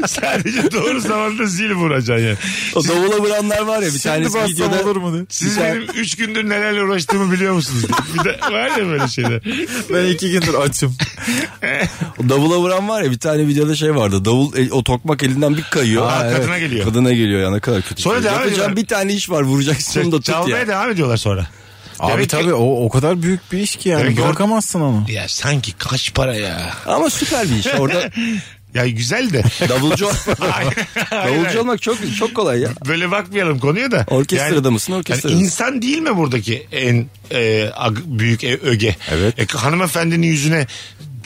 A: Sadece doğru zamanda zil vuracaksın yani.
D: O davula vuranlar var ya bir tanesi
C: bassam
D: videoda.
C: olur mu dedi.
A: Siz benim 3 gündür nelerle uğraştığımı biliyor musunuz? Bir de var ya böyle şeyler.
C: Ben iki gündür açım.
D: O davula vuran var ya bir tane videoda şey vardı. Davul el- o tokmak elinden bir kayıyor.
A: Aa, kadına geliyor.
D: Kadına geliyor ya ne kadar kötü.
A: Sonra
D: şey.
A: devam
D: Yapacağım
A: ediyorlar.
D: bir tane iş var vuracaksın onu da tut
A: Çalmaya
D: ya.
A: devam ediyorlar sonra.
C: Abi
A: Demek ki-
C: tabii o, o kadar büyük bir iş ki yani.
A: Demek ki-
C: Bırakamazsın onu.
A: Ya sanki kaç para ya.
D: Ama süper bir iş. Orada
A: Ya güzel de.
D: davulcu,
A: hayır.
D: davulcu olmak çok çok kolay ya.
A: Böyle bakmayalım konuya da.
D: Orkestrada
A: Yani-
D: mısın orkestrada
A: Yani
D: mısın?
A: insan değil mi buradaki en e, ag- büyük e- öge?
D: Evet.
A: E, hanımefendinin yüzüne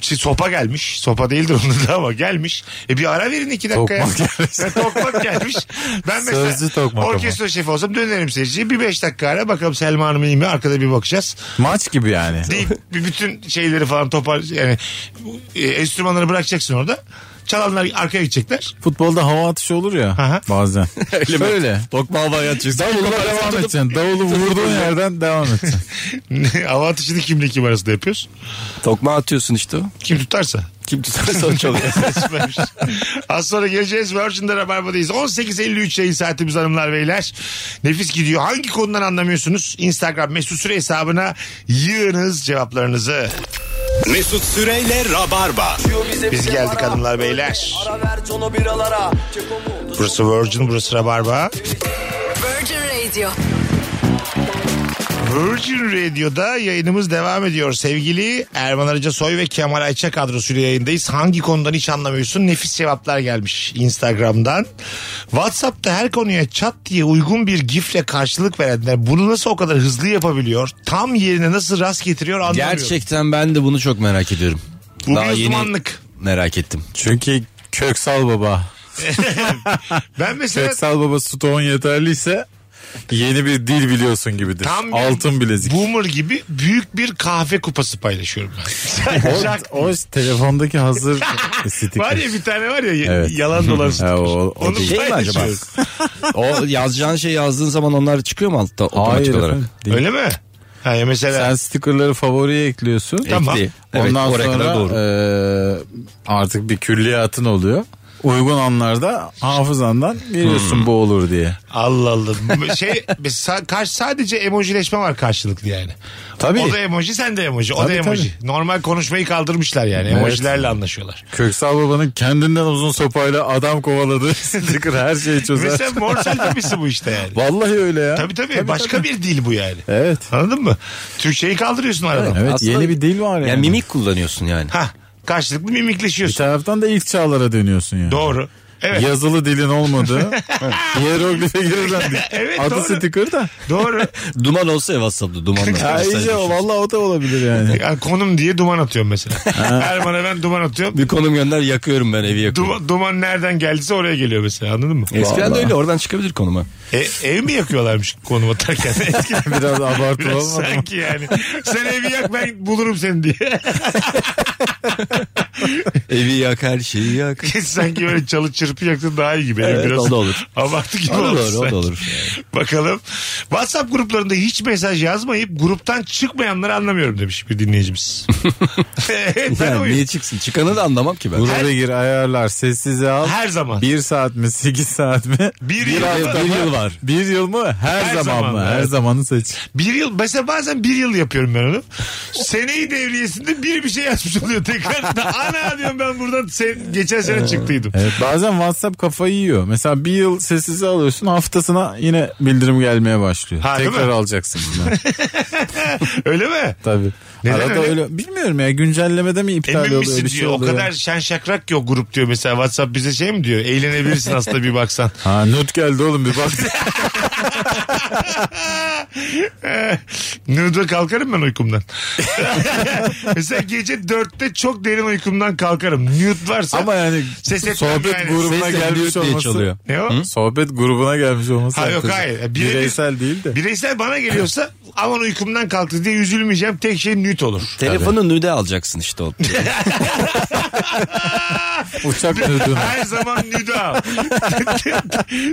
A: şey, sopa gelmiş. Sopa değildir onun da ama gelmiş. E bir ara verin iki dakika ya.
C: Tokmak gelmiş.
A: Ya, tokmak gelmiş. Ben mesela
C: Sözlü tokmak ama.
A: orkestra şefi olsam dönerim seyirciye. Bir beş dakika ara bakalım Selma Hanım iyi mi? Arkada bir bakacağız.
C: Maç gibi yani.
A: Deyip bir bütün şeyleri falan topar. Yani e, enstrümanları bırakacaksın orada. Çalanlar arkaya gidecekler.
C: Futbolda hava atışı olur ya
A: Aha.
C: bazen.
D: Öyle mi?
C: Şöyle.
D: Tokma havaya atacaksın.
C: Davuluna devam edeceksin. Davulu vurduğun yerden devam edeceksin.
A: Hava atışını kimle kim arasında yapıyoruz?
D: Tokma atıyorsun işte o.
A: Kim tutarsa.
D: Kim tutarsa o çalıyor.
A: Süpermiş. Az sonra geleceğiz. Virgin'de Rabarba'dayız. 18.53 yayın saatimiz hanımlar beyler. Nefis gidiyor. Hangi konudan anlamıyorsunuz? Instagram mesut süre hesabına yığınız cevaplarınızı.
I: Mesut Süreyle Rabarba.
A: Biz geldik hanımlar beyler. Burası Virgin, burası Rabarba.
J: Virgin Radio.
A: Virgin Radio'da yayınımız devam ediyor. Sevgili Erman Arıca Soy ve Kemal Ayça kadrosuyla yayındayız. Hangi konudan hiç anlamıyorsun? Nefis cevaplar gelmiş Instagram'dan. WhatsApp'ta her konuya çat diye uygun bir gifle karşılık verenler bunu nasıl o kadar hızlı yapabiliyor? Tam yerine nasıl rast getiriyor anlamıyorum.
D: Gerçekten ben de bunu çok merak ediyorum.
A: Bu
D: Daha
A: bir
D: yeni
A: uzmanlık.
D: merak ettim.
C: Çünkü Köksal Baba.
A: Ben mesela
C: Köksal Baba stoğun yeterliyse yeni bir dil biliyorsun gibidir.
A: Tam bir-
C: Altın bilezik.
A: Boomer gibi büyük bir kahve kupası paylaşıyorum ben.
C: O, o telefondaki hazır sticker.
A: var ya bir tane var ya
C: Evet.
A: yalan dolan
C: Ha, o- o
A: Onu
C: değil.
D: Şey mi acaba?
A: paylaşıyoruz.
D: O yazacağın şey yazdığın zaman onlar çıkıyor mu altta otomatik
C: Hayır
D: olarak?
C: efendim, değil.
A: Öyle mi? Ha, ya mesela
C: Sen stickerları favoriye ekliyorsun.
A: Tamam.
D: Ekli. Evet,
C: Ondan
D: oraya kadar
C: sonra
D: doğru.
C: eee, artık bir külliyatın oluyor. Uygun anlarda hafızandan veriyorsun bu olur diye.
A: Allah Allah. Bu Şey mesela karşı sadece emojileşme var karşılıklı yani.
C: Tabii.
A: O da emoji, sen de emoji. O
C: Tabii,
A: da emoji. Normal konuşmayı kaldırmışlar yani. Emojilerle anlaşıyorlar.
C: Köksal babanın kendinden uzun sopayla adam kovaladığı sticker her şeyi çözer.
A: Mesela morsel tapisi bu işte yani.
C: Vallahi öyle ya.
A: Tabii tabii. Başka bir dil bu yani.
C: Evet.
A: Anladın mı? Türkçeyi kaldırıyorsun aradan.
C: Evet
D: Aslında-
C: yeni bir dil var
D: Yani
C: yani.
D: mimik kullanıyorsun yani.
A: Hah. Karşılıklı
C: Bir
A: mimikleşiyorsun.
C: taraftan da ilk çağlara dönüyorsun yani.
A: Doğru. Evet.
C: Yazılı dilin olmadı. Hieroglife girilendik.
A: Evet,
C: Adı
A: doğru.
C: sticker da.
A: Doğru.
D: Duman olsa ya WhatsApp'ta dumanla.
C: Ya iyice o valla o da olabilir yani.
A: Yani konum diye duman atıyorum mesela. Erman'a ben duman atıyorum.
D: bir konum gönder yakıyorum ben evi yakıyorum.
A: Duman, duman nereden geldiyse oraya geliyor mesela anladın mı?
D: Eskiden de öyle oradan çıkabilir konuma.
A: E, ev mi yakıyorlarmış konum atarken? Eskiden
C: Biraz abartılı
A: Biraz
C: olmadı mı?
A: sanki yani. Sen evi yak ben bulurum seni diye.
D: Evi yak her şeyi yak.
A: sanki böyle çalı çırpı yaktın daha iyi gibi. Yani
D: Evet,
A: biraz
D: o da olur.
A: Abartı gibi
D: O da
A: olmuş
D: olur, o da
A: sanki.
D: olur.
A: Bakalım. WhatsApp gruplarında hiç mesaj yazmayıp gruptan çıkmayanları anlamıyorum demiş bir dinleyicimiz. ben
D: Yani
A: oyum.
D: niye çıksın? Çıkanı da anlamam ki ben.
C: Gruba gir ayarlar sessize al.
A: Her zaman.
C: Bir saat mi sekiz saat mi?
A: Bir yıl.
C: hafta
D: Bir
C: mı?
D: yıl var.
C: Bir yıl mı? Her,
A: Her
C: zaman,
A: zaman,
C: mı? Her
A: evet.
C: zamanı seç.
A: Bir yıl mesela bazen bir yıl yapıyorum ben onu. Seneyi devriyesinde biri bir şey yazmış oluyor tekrar. Ana diyorum ben buradan sen, geçen
C: Ee.
A: sene çıktıydım.
C: Evet, bazen WhatsApp kafayı yiyor. Mesela bir yıl sessize alıyorsun haftasına yine bildirim gelmeye başlıyor.
A: Ha, değil
C: Tekrar
A: mi?
C: alacaksın. bunu.
A: Öyle mi?
C: Tabii.
A: Neden
C: Arada
A: öyle?
C: öyle? Bilmiyorum ya güncellemede mi iptal
A: Emin
C: oluyor
A: misin
C: bir
A: diyor.
C: şey
A: o
C: oluyor.
A: kadar şen şakrak yok grup diyor mesela. WhatsApp bize şey mi diyor? Eğlenebilirsin aslında bir baksan.
C: Ha not geldi oğlum bir bak.
A: Nude'a Ee, kalkarım ben uykumdan. mesela gece dörtte çok derin uykumdan kalkarım. Nude varsa.
C: Ama yani
A: Ses etmem
C: sohbet
A: yani.
C: grubuna
D: Ses de
C: gelmiş
D: diye
C: olması.
D: çalıyor.
A: Ne o?
C: Sohbet grubuna gelmiş olması.
A: Ha, yok,
C: enteresan.
A: hayır. Birebir-
C: Bireysel değil de.
A: Bireysel bana geliyorsa aman uykumdan kalktı diye üzülmeyeceğim. Tek şey nude olur.
D: Telefonu nüde alacaksın işte o.
C: Uçak nödünü.
A: Her zaman nude al.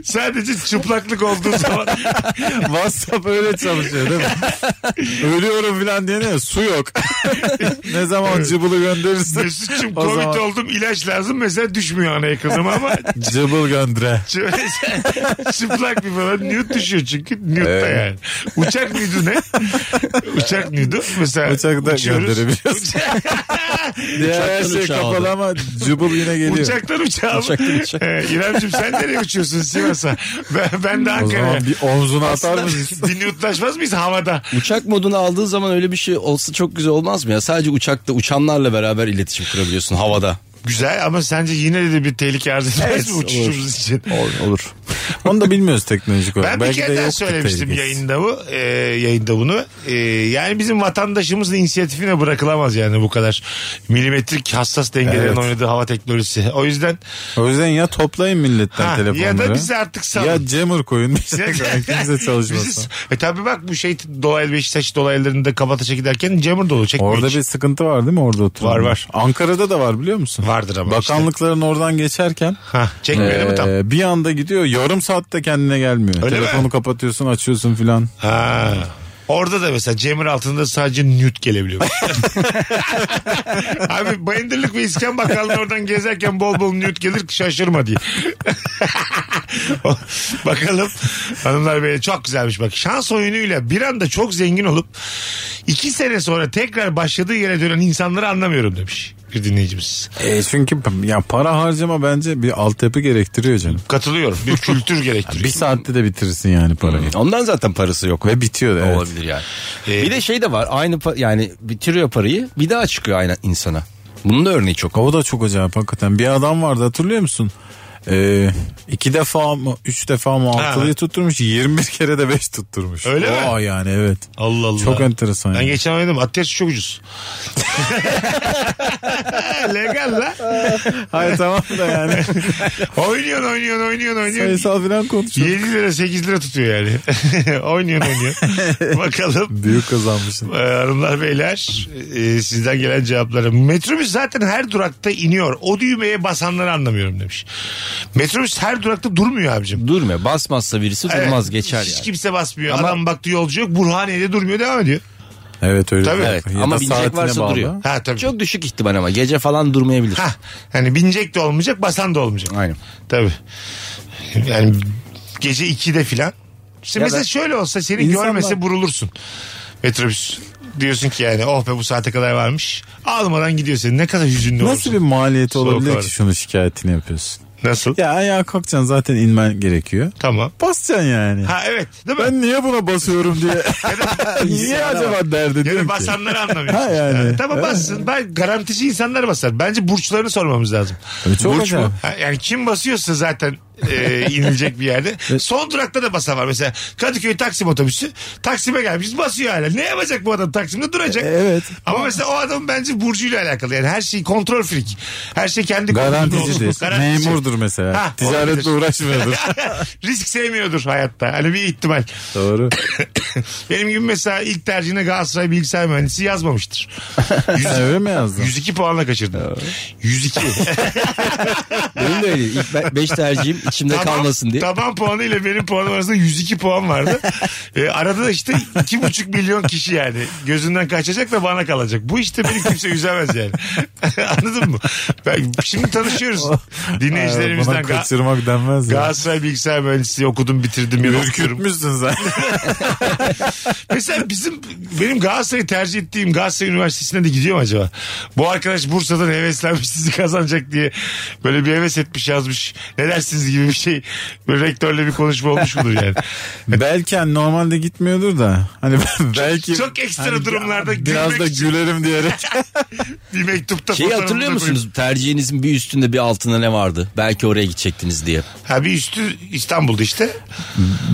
A: Sadece çıplaklık olduğu zaman.
C: WhatsApp öyle çalışıyor değil mi? Ölüyorum falan diye ne? Su yok. ne zaman cıbılı gönderirsin?
A: Mesut'cum
C: O
A: covid
C: zaman-
A: oldum ilaç lazım mesela düşmüyor ana yakınıma ama
C: Cıbıl göndere.
A: Ç- Çıplak bir falan nude düşüyor çünkü nude'da
C: Evet.
A: yani. Uçak nude'u ne? Uçak nude'u mesela
C: Uçakta
A: uçuyoruz.
C: gönderebiliyorsun.
A: Uça-
C: Diğer her
D: Uçaktan
C: şey
D: uçağa aldı.
C: kapalı ama cıbıl yine geliyor.
A: Uçaktan uçağa mı?
D: Uçaktan uçağa.
A: Ee, İrem'cim sen nereye uçuyorsun Sivas'a? Ben, ben de
C: O zaman
A: Ankara'ya.
C: bir omzuna atar mısın?
A: Bir nude'laşmaz mıyız havada?
D: Uçak modunu aldığı zaman öyle bir şey olsa çok güzel olmaz mı ya? Sadece uçakta uçanlarla beraber iletişim kurabiliyorsun havada.
A: Güzel ama sence yine de bir tehlike arz etmez
D: Evet,
A: mi uçuşumuz için?
D: Olur. olur.
C: Onu da bilmiyoruz teknolojik olarak.
A: Ben bir kere daha
C: yoktur
A: söylemiştim
C: tehlikesi.
A: yayında bu, e, yayında bunu. E, yani bizim vatandaşımızın inisiyatifine bırakılamaz yani bu kadar milimetrik hassas dengelerin
C: Evet.
A: oynadığı hava teknolojisi. O yüzden
C: O yüzden ya toplayın milletten
A: ha,
C: telefonları.
A: ya da bizi artık salın.
C: Ya jammer koyun. bize Kimse
A: Bizi-
C: çalışmasın.
A: e tabi bak bu şey dolaylı Beşiktaş dolaylarında kabataşa giderken Cemur dolu çekmiyor.
C: Orada
A: hiç.
C: bir sıkıntı var değil mi orada oturan?
A: Var, var.
C: Ankara'da da var biliyor musun?
A: Vardır ama işte.
C: Bakanlıkların oradan geçerken
A: Ha, çekmiyor değil mi tam?
C: Ee, bir anda gidiyor yarım saatte kendine gelmiyor.
A: Öyle
C: Telefonu
A: mi?
C: kapatıyorsun açıyorsun filan.
A: Ha. Orada da mesela Cemil altında sadece nüt gelebiliyor. Abi Bayındırlık ve İskan Bakanlığı oradan gezerken bol bol nüt gelir şaşırma diye. Bakalım hanımlar beyler çok güzelmiş bak. Şans oyunuyla bir anda çok zengin olup iki sene sonra tekrar başladığı yere dönen insanları anlamıyorum demiş bir dinleyicimiz.
C: E, çünkü p- ya para harcama bence bir altyapı gerektiriyor canım.
A: Katılıyorum bir kültür gerektiriyor.
C: Bir saatte de bitirirsin yani parayı.
A: Hmm.
D: Ondan zaten parası yok.
C: Ve bitiyor da evet.
D: Olabilir yani.
A: Ee,
D: bir de şey de var. Aynı pa- yani bitiriyor parayı. Bir daha çıkıyor aynı insana. Bunun da örneği çok.
C: O da çok acayip hakikaten. Bir adam vardı hatırlıyor musun? Ee, iki defa mı üç defa mı altılıyı tutturmuş 21 kere de 5 tutturmuş.
A: Öyle mi?
C: Aa yani evet.
A: Allah Allah.
C: Çok enteresan.
A: Ben
C: yani.
A: geçen oynadım. At yarışı çok ucuz. Legal la.
C: Hayır tamam da yani
A: Oynuyorsun oynuyorsun oynuyorsun oynuyorsun.
C: sayısal falan konuşuyor.
A: 7 lira 8 lira tutuyor yani. oynuyorsun oynuyorsun. Bakalım.
C: Büyük kazanmışsın.
A: Ee, Hanımlar beyler e, sizden gelen cevapları. Metrobüs zaten her durakta iniyor. O düğmeye basanları anlamıyorum demiş. Metrobüs her durakta durmuyor abicim.
D: Durmuyor. Basmazsa birisi durmaz
A: Evet,
D: geçer
A: Hiç
D: yani.
A: kimse basmıyor. Adam baktı yolcu yok. Burhaniye'de durmuyor devam ediyor.
C: Evet öyle.
A: Tabii.
D: Evet.
C: Ya
D: Ama
C: da
D: binecek
C: saatine
D: varsa
C: bağlı.
D: duruyor.
A: Ha tabii.
D: Çok düşük ihtimal ama gece falan durmayabilir.
A: Ha, hani binecek de olmayacak basan da olmayacak.
D: Aynen.
A: Tabii. Yani gece 2'de filan. İşte
D: Ya
A: mesela
D: da-
A: şöyle olsa seni
C: İnsanlar-
A: görmese burulursun. Metrobüs. Diyorsun ki yani oh be bu saate kadar varmış. Almadan gidiyor seni. Ne kadar hüzünlü
C: Nasıl
A: olursun.
C: bir maliyeti
A: Soğuk
C: olabilir
A: var.
C: ki şunu şikayetini yapıyorsun?
A: Nasıl?
C: Ya ayağa kalkacaksın zaten inmen gerekiyor.
A: Tamam.
C: Basacaksın yani.
A: Ha evet değil mi?
C: Ben niye buna basıyorum diye. niye acaba derdi
A: Ya
C: diyorum
A: da
C: ki.
A: basanları anlamıyorsun.
C: Ha yani.
A: Ha, Tamam bassın. Ben garantici insanlar basar. Bence burçlarını sormamız lazım.
C: Tabii çok acayip.
A: Ha, Yani kim basıyorsa zaten e, inilecek bir yerde. Son durakta da basan var. Mesela Kadıköy Taksim otobüsü. Taksim'e gelmişiz basıyor hala. Ne yapacak bu adam Taksim'de duracak.
C: E, Evet.
A: Ama mesela o adam bence burcuyla alakalı. Yani her şey kontrol frik. Her şey kendi kontrolünde
C: Garanticidir.
A: olsun. Garantici.
C: Memurdur mesela.
A: Ha,
C: Ticaretle
A: olabilir.
C: uğraşmıyordur.
A: Risk sevmiyordur hayatta. Hani bir ihtimal.
C: Doğru.
A: Benim gibi mesela ilk tercihine Galatasaray bilgisayar mühendisi yazmamıştır.
C: Öyle mi yazdın?
A: 102 puanla kaçırdım. 102.
D: Benim de öyle. İlk 5 tercihim içimde kalmasın diye.
A: Taban puanı ile benim puanım arasında 102 puan vardı. Ee, arada da işte 2,5 milyon kişi yani. Gözünden kaçacak da bana kalacak. Bu işte beni kimse üzemez yani. Anladın mı? Ben, şimdi tanışıyoruz. Dinleyicilerimizden
C: Bana
A: Ga-
C: kaçırmak denmez ya.
A: Galatasaray bilgisayar mühendisi okudum bitirdim. ya, okuyorum.
C: Ürkütmüşsün zaten.
A: Mesela bizim benim Galatasaray'ı tercih ettiğim Galatasaray Üniversitesi'ne de gidiyor mu acaba? Bu arkadaş Bursa'dan heveslenmiş sizi kazanacak diye böyle bir heves etmiş yazmış. Ne dersiniz gibi bir şey. Böyle rektörle bir konuşma olmuş mudur yani.
C: belki hani normalde gitmiyordur da. Hani belki hani
A: çok ekstra durumlarda
C: biraz
A: gülmek
C: da
A: için.
C: gülerim diyerek.
A: Bir mektupta
D: Şeyi
A: fotoğrafını
D: hatırlıyor
A: da
D: musunuz? Tercihinizin bir üstünde bir altında ne vardı? Belki oraya gidecektiniz diye.
A: koyup- Ha bir üstü İstanbul'da işte.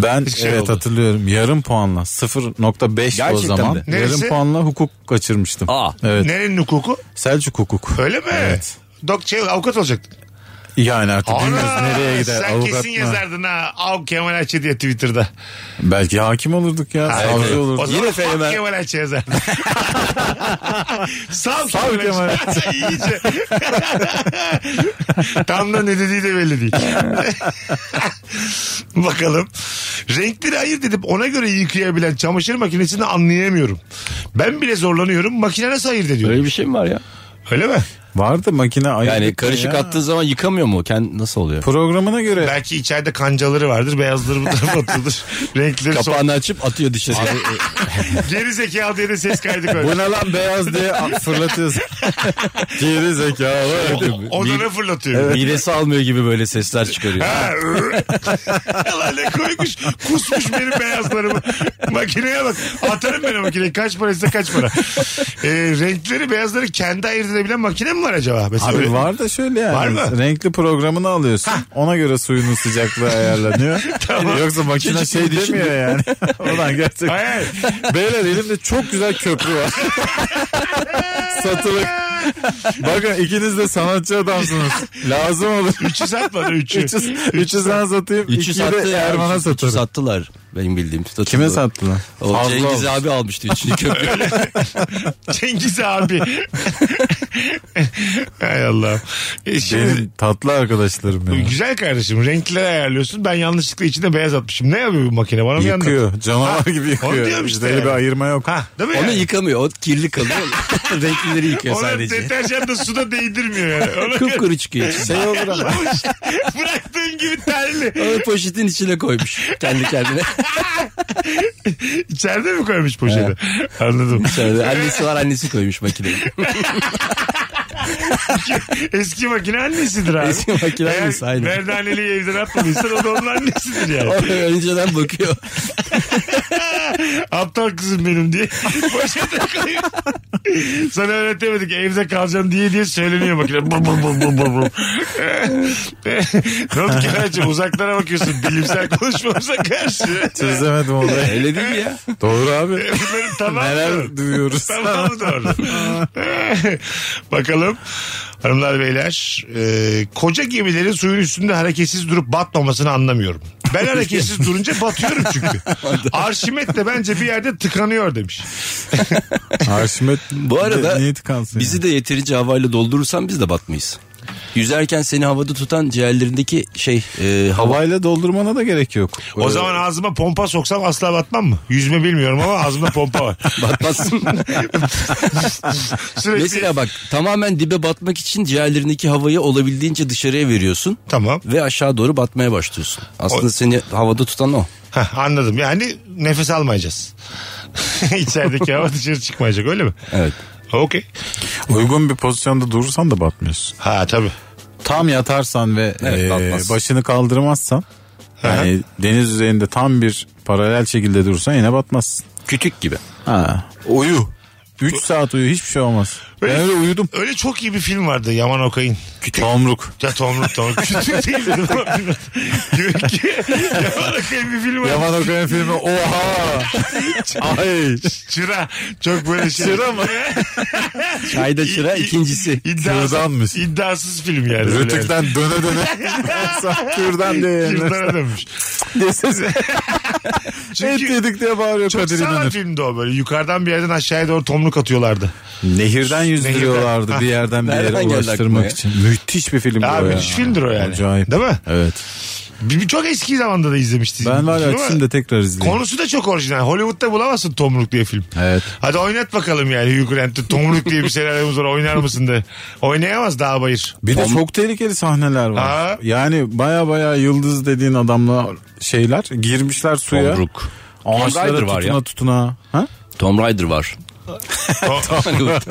C: Ben
A: şey
C: evet
A: oldu.
C: hatırlıyorum. Yarım puanla 0.5 o
D: Gerçekten
C: zaman.
D: mi?
A: Neresi?
C: Yarım puanla hukuk kaçırmıştım.
D: Aa.
C: Evet.
A: Nerenin hukuku?
C: Selçuk hukuk.
A: Öyle mi?
C: Evet.
A: Dok şey avukat olacaktın.
C: Yani artık bilmiyoruz
A: Ana!
C: nereye gider.
A: Sen
C: avukat
A: kesin
C: mı?
A: yazardın ha. Av Kemal Ayça diye Twitter'da.
C: Belki hakim olurduk ya.
A: Hayır,
C: savcı
A: hayır. O
C: olurduk.
A: zaman
D: Yine
A: Kemal.
D: Feymen.
A: Kemal Ayça yazar. Sağ Kemal,
C: Kemal
A: Ayça. İyice. Tam da ne dediği de belli değil. Bakalım. Renkleri ayırt edip ona göre yıkayabilen çamaşır makinesini anlayamıyorum. Ben bile zorlanıyorum. Makine nasıl ayırt ediyor? Öyle,
D: Böyle bir şey mi var ya?
A: mi?
C: Vardı makine ayırt
D: Yani
C: etmiyor
D: karışık
C: ya.
D: attığı zaman yıkamıyor mu? Kendi nasıl oluyor?
C: Programına göre
A: Belki içeride kancaları vardır. Beyazları bu tarafa atılır. Renkleri son.
D: Kapağını açıp atıyor dışarı.
A: Geri zekalı diye de ses kaydı
C: bu
A: koyar.
C: ne lan beyaz diye fırlatıyorsun. Geri
A: Şey,
C: zekalı.
A: Odana fırlatıyor.
D: Midesi almıyor gibi böyle sesler çıkarıyor.
A: Ha, ı. Yalan ne koymuş. Kusmuş benim beyazlarımı. Makineye bak. Atarım ben o makineyi. Kaç paraysa kaç para. Ee, renkleri beyazları kendi ayırt edebilen makine mi var acaba? Mesela öyle-
C: Abi var da şöyle yani.
A: Var mı?
C: Renkli programını alıyorsun. Ona göre suyunun sıcaklığı ayarlanıyor. Yoksa makine şey demiyor yani. Ulan gerçekten.
A: Hayır.
C: Beyler elimde çok güzel köprü var. Satılık. Bakın ikiniz de sanatçı adamsınız. Lazım olur.
A: Üçü satmadı üçü.
C: Üçü, üçü sana satayım.
D: Üçü
C: Üçü
D: sattı
C: de
D: ya.
C: Erman'a
D: Üçü- üçü
C: satarım.
D: sattılar. Benim bildiğim. Satıldı.
C: Kime sattılar?
D: O
C: Fazla
D: Cengiz
C: olmuş.
D: abi almıştı üçünü köprü.
A: Cengiz abi. Hay Allah. E şimdi,
C: Benim tatlı arkadaşlarım ya.
A: güzel kardeşim renkleri ayarlıyorsun. Ben yanlışlıkla içine beyaz atmışım. Ne yapıyor bu makine? Bana mı yandı?
C: Yıkıyor. Canavar
A: Ha,
C: gibi
A: onu
C: yıkıyor.
A: diyorum
C: Öyle
A: işte yani.
C: bir ayırma yok.
A: Ha, değil mi
D: Onu
A: yani?
D: yıkamıyor. O kirli kalıyor. Renklileri yıkıyor
A: Ona
D: sadece.
A: deterjan da suda değdirmiyor yani. Ona göre-
D: Kıpkırı çıkıyor. içinden.
C: Şey olur ama.
A: Ayarlamış. Bıraktığın gibi terli.
D: Onu poşetin içine koymuş kendi kendine.
A: İçeride mi koymuş poşeti? Anladım.
D: İçeride annesi var annesi koymuş makineye.
A: E, Eski makine annesidir abi.
D: Eski makine annesi, aynen.
A: Merdaneliği evden atmadıysan o da onun annesidir yani.
D: O önceden bakıyor.
A: Aptal kızım benim diye. Poşete koyuyor. Sana öğretemedik evde kalacağım diye diye söyleniyor makine. Bum bum bum bum bum bum. ne oldu Kenan'cığım uzaklara bakıyorsun bilimsel konuşmamıza karşı. E,
C: Çözemedim olayı.
D: Öyle değil mi ya?
C: Doğru abi.
A: Bunların tamamı doğru.
C: Neler duyuyoruz.
A: Tamam doğru. Bakalım hanımlar beyler e, koca gemilerin suyun üstünde hareketsiz durup batmamasını anlamıyorum. Ben hareketsiz durunca batıyorum çünkü. Arşimet de bence bir yerde tıkanıyor demiş.
C: Arşimet
D: Bu arada
C: niye tıkansın
D: bizi
C: yani?
D: de yeterince havayla doldurursan biz de batmayız. Yüzerken seni havada tutan ciğerlerindeki şey e, hava
C: Havayla doldurmana da gerek yok.
A: O zaman ağzıma pompa soksam asla batmam mı? Yüzme bilmiyorum ama ağzımda pompa var.
D: batmazsın.
A: Sürekli
D: Mesela bak tamamen dibe batmak için ciğerlerindeki havayı olabildiğince dışarıya veriyorsun
A: tamam.
D: ve aşağı doğru batmaya başlıyorsun. Aslında
A: O-
D: seni havada tutan o.
A: Heh, anladım. Yani nefes almayacağız. İçerideki hava dışarı çıkmayacak öyle mi?
D: Evet.
A: Okey.
C: Uygun bir pozisyonda durursan da batmıyorsun.
A: Ha tabii.
C: tam yatarsan ve
D: Evet,
C: e,
D: batmaz.
C: başını kaldırmazsan yani deniz üzerinde tam bir paralel şekilde durursan yine batmazsın.
D: Kütük gibi.
C: Ha. Uyu. 3 saat uyu hiçbir şey olmaz. Ben
A: Öyle-
C: öyle uyudum.
A: Öyle çok iyi bir film vardı Yaman Okay'ın.
C: Tomruk.
A: Ya Tomruk Tomruk. Küçük değil mi? Yaman Okay'ın bir film vardı.
C: Yaman Okay'ın filmi oha. Ay.
A: Çıra. Çok böyle şey. Çıra mı?
D: Çayda çıra ikincisi.
A: İddiasız,
C: Çıradanmış.
A: iddiasız film yani. Böyle.
C: Rütük'ten döne döne. Saktürden diye.
A: Çıradan Ee, dönmüş.
C: Et
A: Çünkü
C: yedik diye bağırıyor
A: çok
C: Kadir
A: sağlam
C: İnanır.
A: filmdi o böyle. Yukarıdan bir yerden aşağıya doğru tomruk atıyorlardı.
C: Nehirden
A: yüzdürüyorlardı
C: yüzdürüyorlardı
A: bir
C: bir yerden bir
D: yere
C: yere
D: ulaştırmak
C: ulaştırmak için. Müthiş bir film
A: Abi müthiş filmdir o yani.
C: Acayip.
A: Değil mi?
C: Evet.
A: Bir, bir çok eski zamanda da izlemiştik.
C: Ben var ya
A: Değil mi?
C: açayım da tekrar izleyeyim.
A: Konusu da çok orijinal. Hollywood'da bulamazsın Tomruk diye film.
C: Evet.
A: Hadi oynat bakalım yani Hugh Grant'ı. Tomruk diye bir senaryomuz var oynar mısın de. Oynayamaz daha bayır.
C: Bir de çok tehlikeli sahneler var.
A: Ha.
C: Yani baya baya yıldız dediğin adamla şeyler girmişler suya.
D: Tomruk. Tomb
C: Ağaçlara
D: Raider var
C: tutuna
D: ya.
C: tutuna. Ha?
D: Tom Rider var.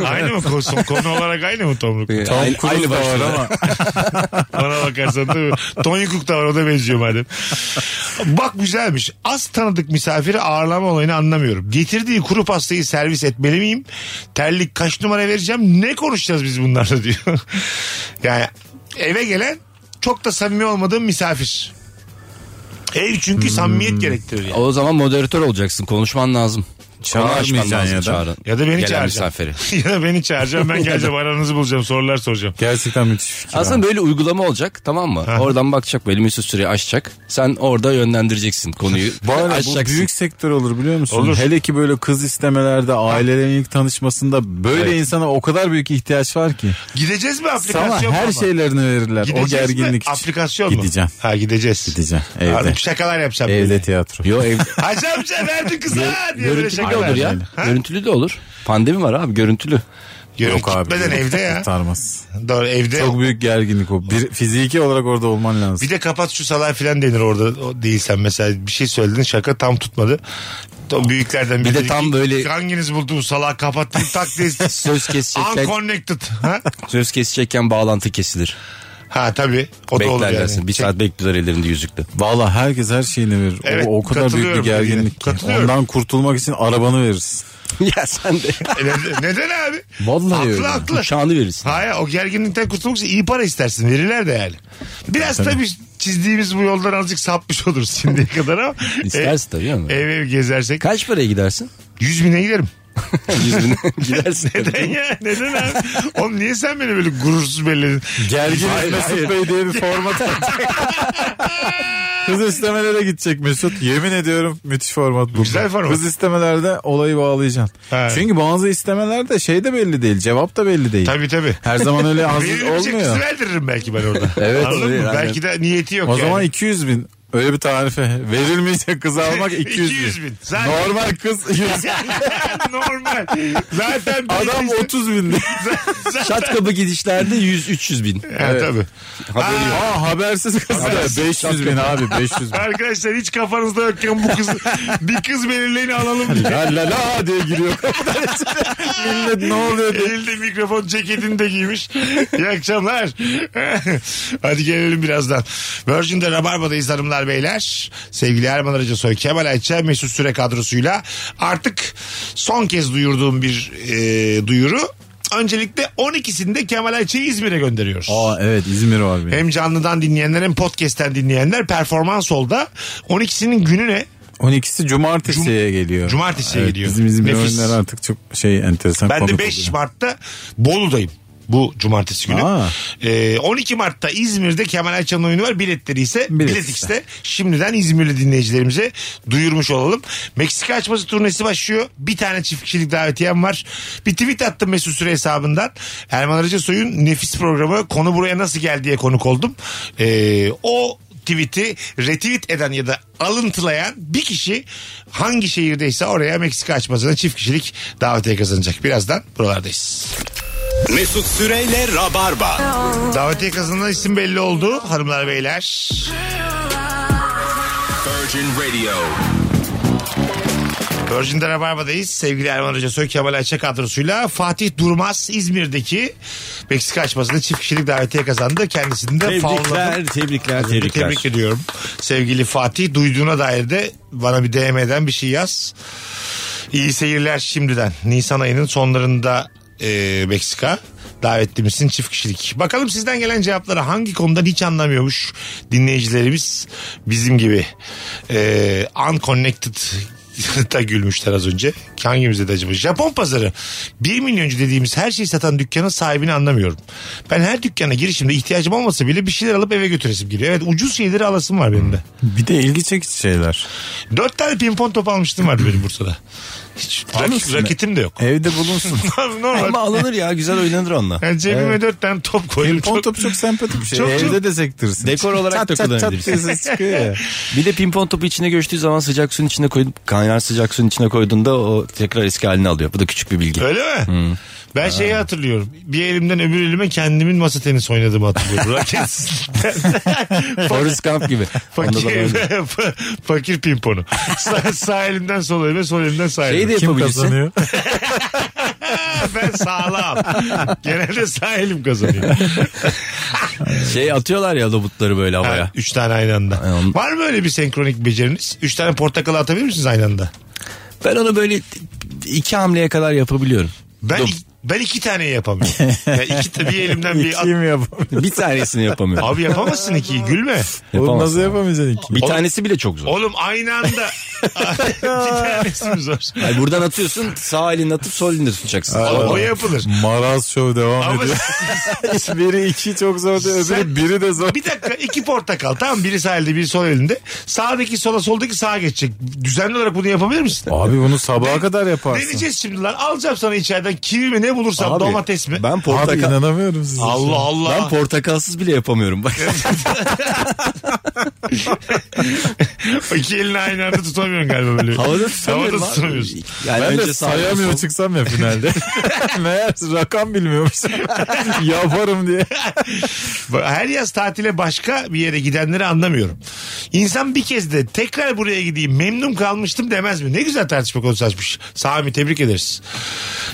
A: aynı mı konu, konu olarak E, aynı mı Tomruk?
C: Tom Cruise da var
D: başlıkta.
C: ama.
A: Bana bakarsan değil mi? Tony Cook da var o da benziyor madem. Bak güzelmiş. Az tanıdık misafiri ağırlama olayını anlamıyorum. Getirdiği kuru pastayı servis etmeli miyim? Terlik kaç numara vereceğim? Ne konuşacağız biz bunlarla diyor. yani eve gelen çok da samimi olmadığım misafir. Ev çünkü samimiyet gerektirir yani.
D: O zaman moderatör olacaksın. Konuşman lazım. Konu açman
C: Çağırmayacaksın ya da.
D: çağıran.
A: Ya da beni
D: Gelen
A: çağıracaksın.
D: misafiri.
A: ya da beni çağıracağım ben geleceğim aranızı bulacağım sorular soracağım.
C: Gerçekten müthiş fikir.
D: Aslında
C: abi.
D: böyle uygulama olacak tamam mı? Oradan bakacak böyle Mesut Süreyi açacak. Sen orada yönlendireceksin konuyu.
C: Bu arada bu
D: açacaksın.
C: büyük sektör olur biliyor musun?
A: Olur.
C: Hele ki böyle kız istemelerde, ailelerin ilk tanışmasında böyle insana o kadar büyük ihtiyaç var ki.
A: Gideceğiz mi
C: Sana
A: aplikasyon
C: her
A: mu ama?
C: şeylerini verirler. o
A: Gideceğiz mi?
C: gerginlik için.
A: Aplikasyon mu?
C: Gideceğim.
A: Ha gideceğiz.
C: Gideceğim evde.
A: Abi şakalar yapacağım.
C: Evde tiyatro.
D: Yo ev...
A: Hacı amca verdi kıza diye böyle
D: görüntülü de
A: şakalar.
D: olur ya. Görüntülü de olur. Pandemi var abi görüntülü.
A: Yok,
C: Yok abi.
A: Gitmeden evde ya.
C: Kurtarmaz.
A: Doğru evde.
C: Çok büyük gerginlik o. Bir, fiziki olarak orada olman lazım.
A: Bir de kapat şu salay filan denir orada o değilsen mesela bir şey söyledin şaka tam tutmadı. O büyüklerden biri
D: Bir de
A: dedi
D: tam
A: ki,
D: böyle-
A: hanginiz buldu bu salağı kapattın tak diye
D: Söz kesecekken,
A: unconnected. Ha?
D: söz kesecekken bağlantı kesilir.
A: ha tabii o da olur
D: Beklerlersin.
A: yani.
D: Bir saat bekler ellerinde yüzükle.
C: Valla herkes her şeyini verir. O-
A: Evet,
C: o, kadar büyük bir
A: katılıyorum dediğine.
C: gerginlik ki.
A: Katılıyorum.
C: Ondan kurtulmak için arabanı verirsin.
D: ya sen de
A: E, ne- neden abi?
C: Vallahi
A: haklı
C: öyle.
A: haklı.
D: şanı verirsin.
A: Hayır o gerginlikten kurtulmak için iyi para istersin. Verirler de yani. Biraz tabii çizdiğimiz bu yoldan azıcık sapmış oluruz şimdiye kadar ama.
D: İstersin tabii ama.
A: E, Ev ev gezersek.
D: Kaç paraya gidersin?
A: 100 bine giderim.
D: 100 bine gidersin.
A: Neden ya? Neden abi? Oğlum niye sen beni böyle gurursuz belledin?
C: Gergin
A: Hayır,
C: Mesut
A: hayır.
C: Bey diye bir format atacak. Kız istemelere gidecek Mesut. Yemin ediyorum müthiş format bu.
A: Güzel format.
C: Kız istemelerde olayı bağlayacaksın.
A: Ha.
C: Çünkü bazı istemelerde şey de belli değil. Cevap da belli değil.
A: Tabii tabii.
C: Her zaman öyle hazır
A: Verilecek
C: olmuyor.
A: kızı verdiririm belki ben orada.
D: Evet,
A: Anladın mı?
D: yani.
A: Belki de niyeti yok
C: O
A: yani.
C: zaman 200 bin. Öyle bir tarife. Verilmeyecek kız almak 200,
A: 200
C: bin.
A: bin. Zaten-
C: Normal kız 100.
A: Normal. Zaten
C: Adam 30 bin.
D: Şat kapı gidişlerde 100-300 bin.
A: Ha, tabii. Aa,
C: Aa habersiz kız. 500 bin abi 500 bin.
A: Arkadaşlar hiç kafanızda yokken bu kız bir kız belirleyin alalım diye.
C: La la la diye giriyor. Millet ne oluyor diye.
A: Elinde mikrofon ceketini de giymiş. İyi akşamlar. Hadi gelelim birazdan. Virgin'de Rabarba'dayız hanımlar beyler. Sevgili Erman Arıca Soy, Kemal Ayça, Mesut Süre kadrosuyla artık son kez duyurduğum bir e, duyuru. Öncelikle 12'sinde Kemal Ayça'yı İzmir'e gönderiyoruz.
C: Aa evet İzmir var benim.
A: Hem canlıdan dinleyenler hem podcast'ten dinleyenler performans olda 12'sinin günü ne?
C: 12'si cumartesiye geliyor.
A: Cumartesiye
C: Evet,
A: geliyor.
C: Bizim İzmir
A: Nefis.
C: oyunları artık çok şey enteresan.
A: Ben de
C: komik
A: 5
C: oluyor.
A: Mart'ta Bolu'dayım. Bu cumartesi günü.
C: Aa.
A: Ee, 12 Mart'ta İzmir'de Kemal Ayça'nın oyunu var. Biletleri ise
C: Bilet
A: Biletix'te. Şimdiden İzmirli dinleyicilerimize duyurmuş olalım. Meksika açması turnesi başlıyor. Bir tane çift kişilik davetiyem var. Bir tweet attım Mesut Süre hesabından. Erman Arıca Soy'un nefis programı Konu Buraya Nasıl Gel diye konuk oldum. Ee, o tweet'i retweet eden ya da alıntılayan bir kişi hangi şehirdeyse oraya Meksika açmasına çift kişilik davetiye kazanacak. Birazdan buralardayız.
I: Mesut Süreyle Rabarba.
A: Davetiye kazanan isim belli oldu hanımlar beyler.
I: Virgin Radio.
A: Virgin'de Rabarba'dayız. Sevgili Erman Hoca Soy Kemal Ayça kadrosuyla Fatih Durmaz İzmir'deki Meksika açmasında çift kişilik davetiye kazandı. Kendisini de favladım.
D: Tebrikler, tebrikler, tebrikler.
A: Tebrik ediyorum. Sevgili Fatih duyduğuna dair de bana bir DM'den bir şey yaz. İyi seyirler şimdiden. Nisan ayının sonlarında e, Meksika davetlimizsin çift kişilik. Bakalım sizden gelen cevapları hangi konuda hiç anlamıyormuş dinleyicilerimiz bizim gibi. E, unconnected da gülmüşler az önce. Hangimizde de acaba? Japon pazarı. 1 milyoncu dediğimiz her şeyi satan dükkanın sahibini anlamıyorum. Ben her dükkana girişimde ihtiyacım olmasa bile bir şeyler alıp eve götüresim geliyor. Evet ucuz şeyleri alasım var benim de.
C: Bir de ilgi çekici şeyler.
A: Dört tane pimpon topu almıştım vardı benim Bursa'da. Hiç rak-
C: Alırsın.
A: raketim de yok.
C: Evde bulunsun.
A: Normal.
D: Ama alınır ya güzel oynanır onunla.
A: Yani cebime dört tane top koyup
C: Pimpon topu çok sempatik bir şey.
A: Çok,
C: Evde
A: çok.
C: de sektirsin.
D: Dekor olarak
C: Çat
D: da
C: çat çat
D: kullanabilirsin.
C: diye ses çıkıyor ya.
D: Bir de pimpon topu içine göçtüğü zaman sıcak suyun içine koyup kaynar sıcak suyun içine koyduğunda o tekrar eski halini alıyor. Bu da küçük bir bilgi.
A: Öyle mi?
D: Hmm.
A: Ben şeyi hatırlıyorum. Bir elimden öbür elime kendimin masa tenisi oynadığımı hatırlıyorum. Raketsiz.
D: Forrest Gump gibi. Onda da
A: fakir,
D: böyle.
A: fakir pimponu. Sağ, sağ elimden sol elime, sol elimden sağ elime.
D: Şey de
C: Kim
D: yapabilirsin.
C: kazanıyor?
A: Ben sağlam. Genelde sağ elim kazanıyor.
D: Şey atıyorlar ya lobutları böyle havaya.
A: Ha, üç tane aynı anda.
D: Aynen.
A: Var mı öyle bir senkronik beceriniz? Üç tane portakalı atabilir misiniz aynı anda?
D: Ben onu böyle iki hamleye kadar yapabiliyorum.
A: Ben
D: Dur.
A: ben iki tane yapamıyorum. yani iki tabii elimden bir at.
C: İkiyi mi yapamıyor?
D: Bir tanesini yapamıyorum.
A: Abi yapamazsın ikiyi gülme.
C: Oğlum
D: Yapamazsın.
C: nasıl yapamayacaksın ikiyi?
D: Bir tanesi bile çok zor.
A: Oğlum aynı anda. bir tanesi mi zor?
D: Ay buradan atıyorsun sağ elini atıp sol elini tutacaksın.
A: Oğlum, o
D: Oğlum,
A: yapılır.
C: Maraz şov devam
A: Ama
C: ediyor. biri iki çok zordu
A: Sen-
C: öbürü biri de zor.
A: bir dakika iki portakal tamam biri sağ elde biri sol elinde. Sağdaki sola soldaki sağa geçecek. Düzenli olarak bunu yapabilir misin?
C: Abi bunu sabaha kadar yaparsın.
A: Deneyeceğiz şimdi lan. Alacağım sana içeriden kivi mi ne bulursam
D: Abi,
A: domates mi?
D: Ben
C: Abi
D: portakal...
C: inanamıyorum size.
A: Allah Allah.
D: Ben portakalsız bile yapamıyorum. Bak.
A: İki elini aynı anda tutamıyorsun galiba böyle.
D: Havada tutamıyorum
A: Havada
D: abi.
A: tutamıyorsun.
D: Yani
C: Ben de
D: sağ elini
C: sayamıyor
D: sol-
C: çıksam ya finalde. Meğer rakam bilmiyormuş. Yaparım diye.
A: Her yaz tatile başka bir yere gidenleri anlamıyorum. İnsan bir kez de tekrar buraya gideyim memnun kalmıştım demez mi? Ne güzel tartışma konusu açmış. Sami tebrik ederiz.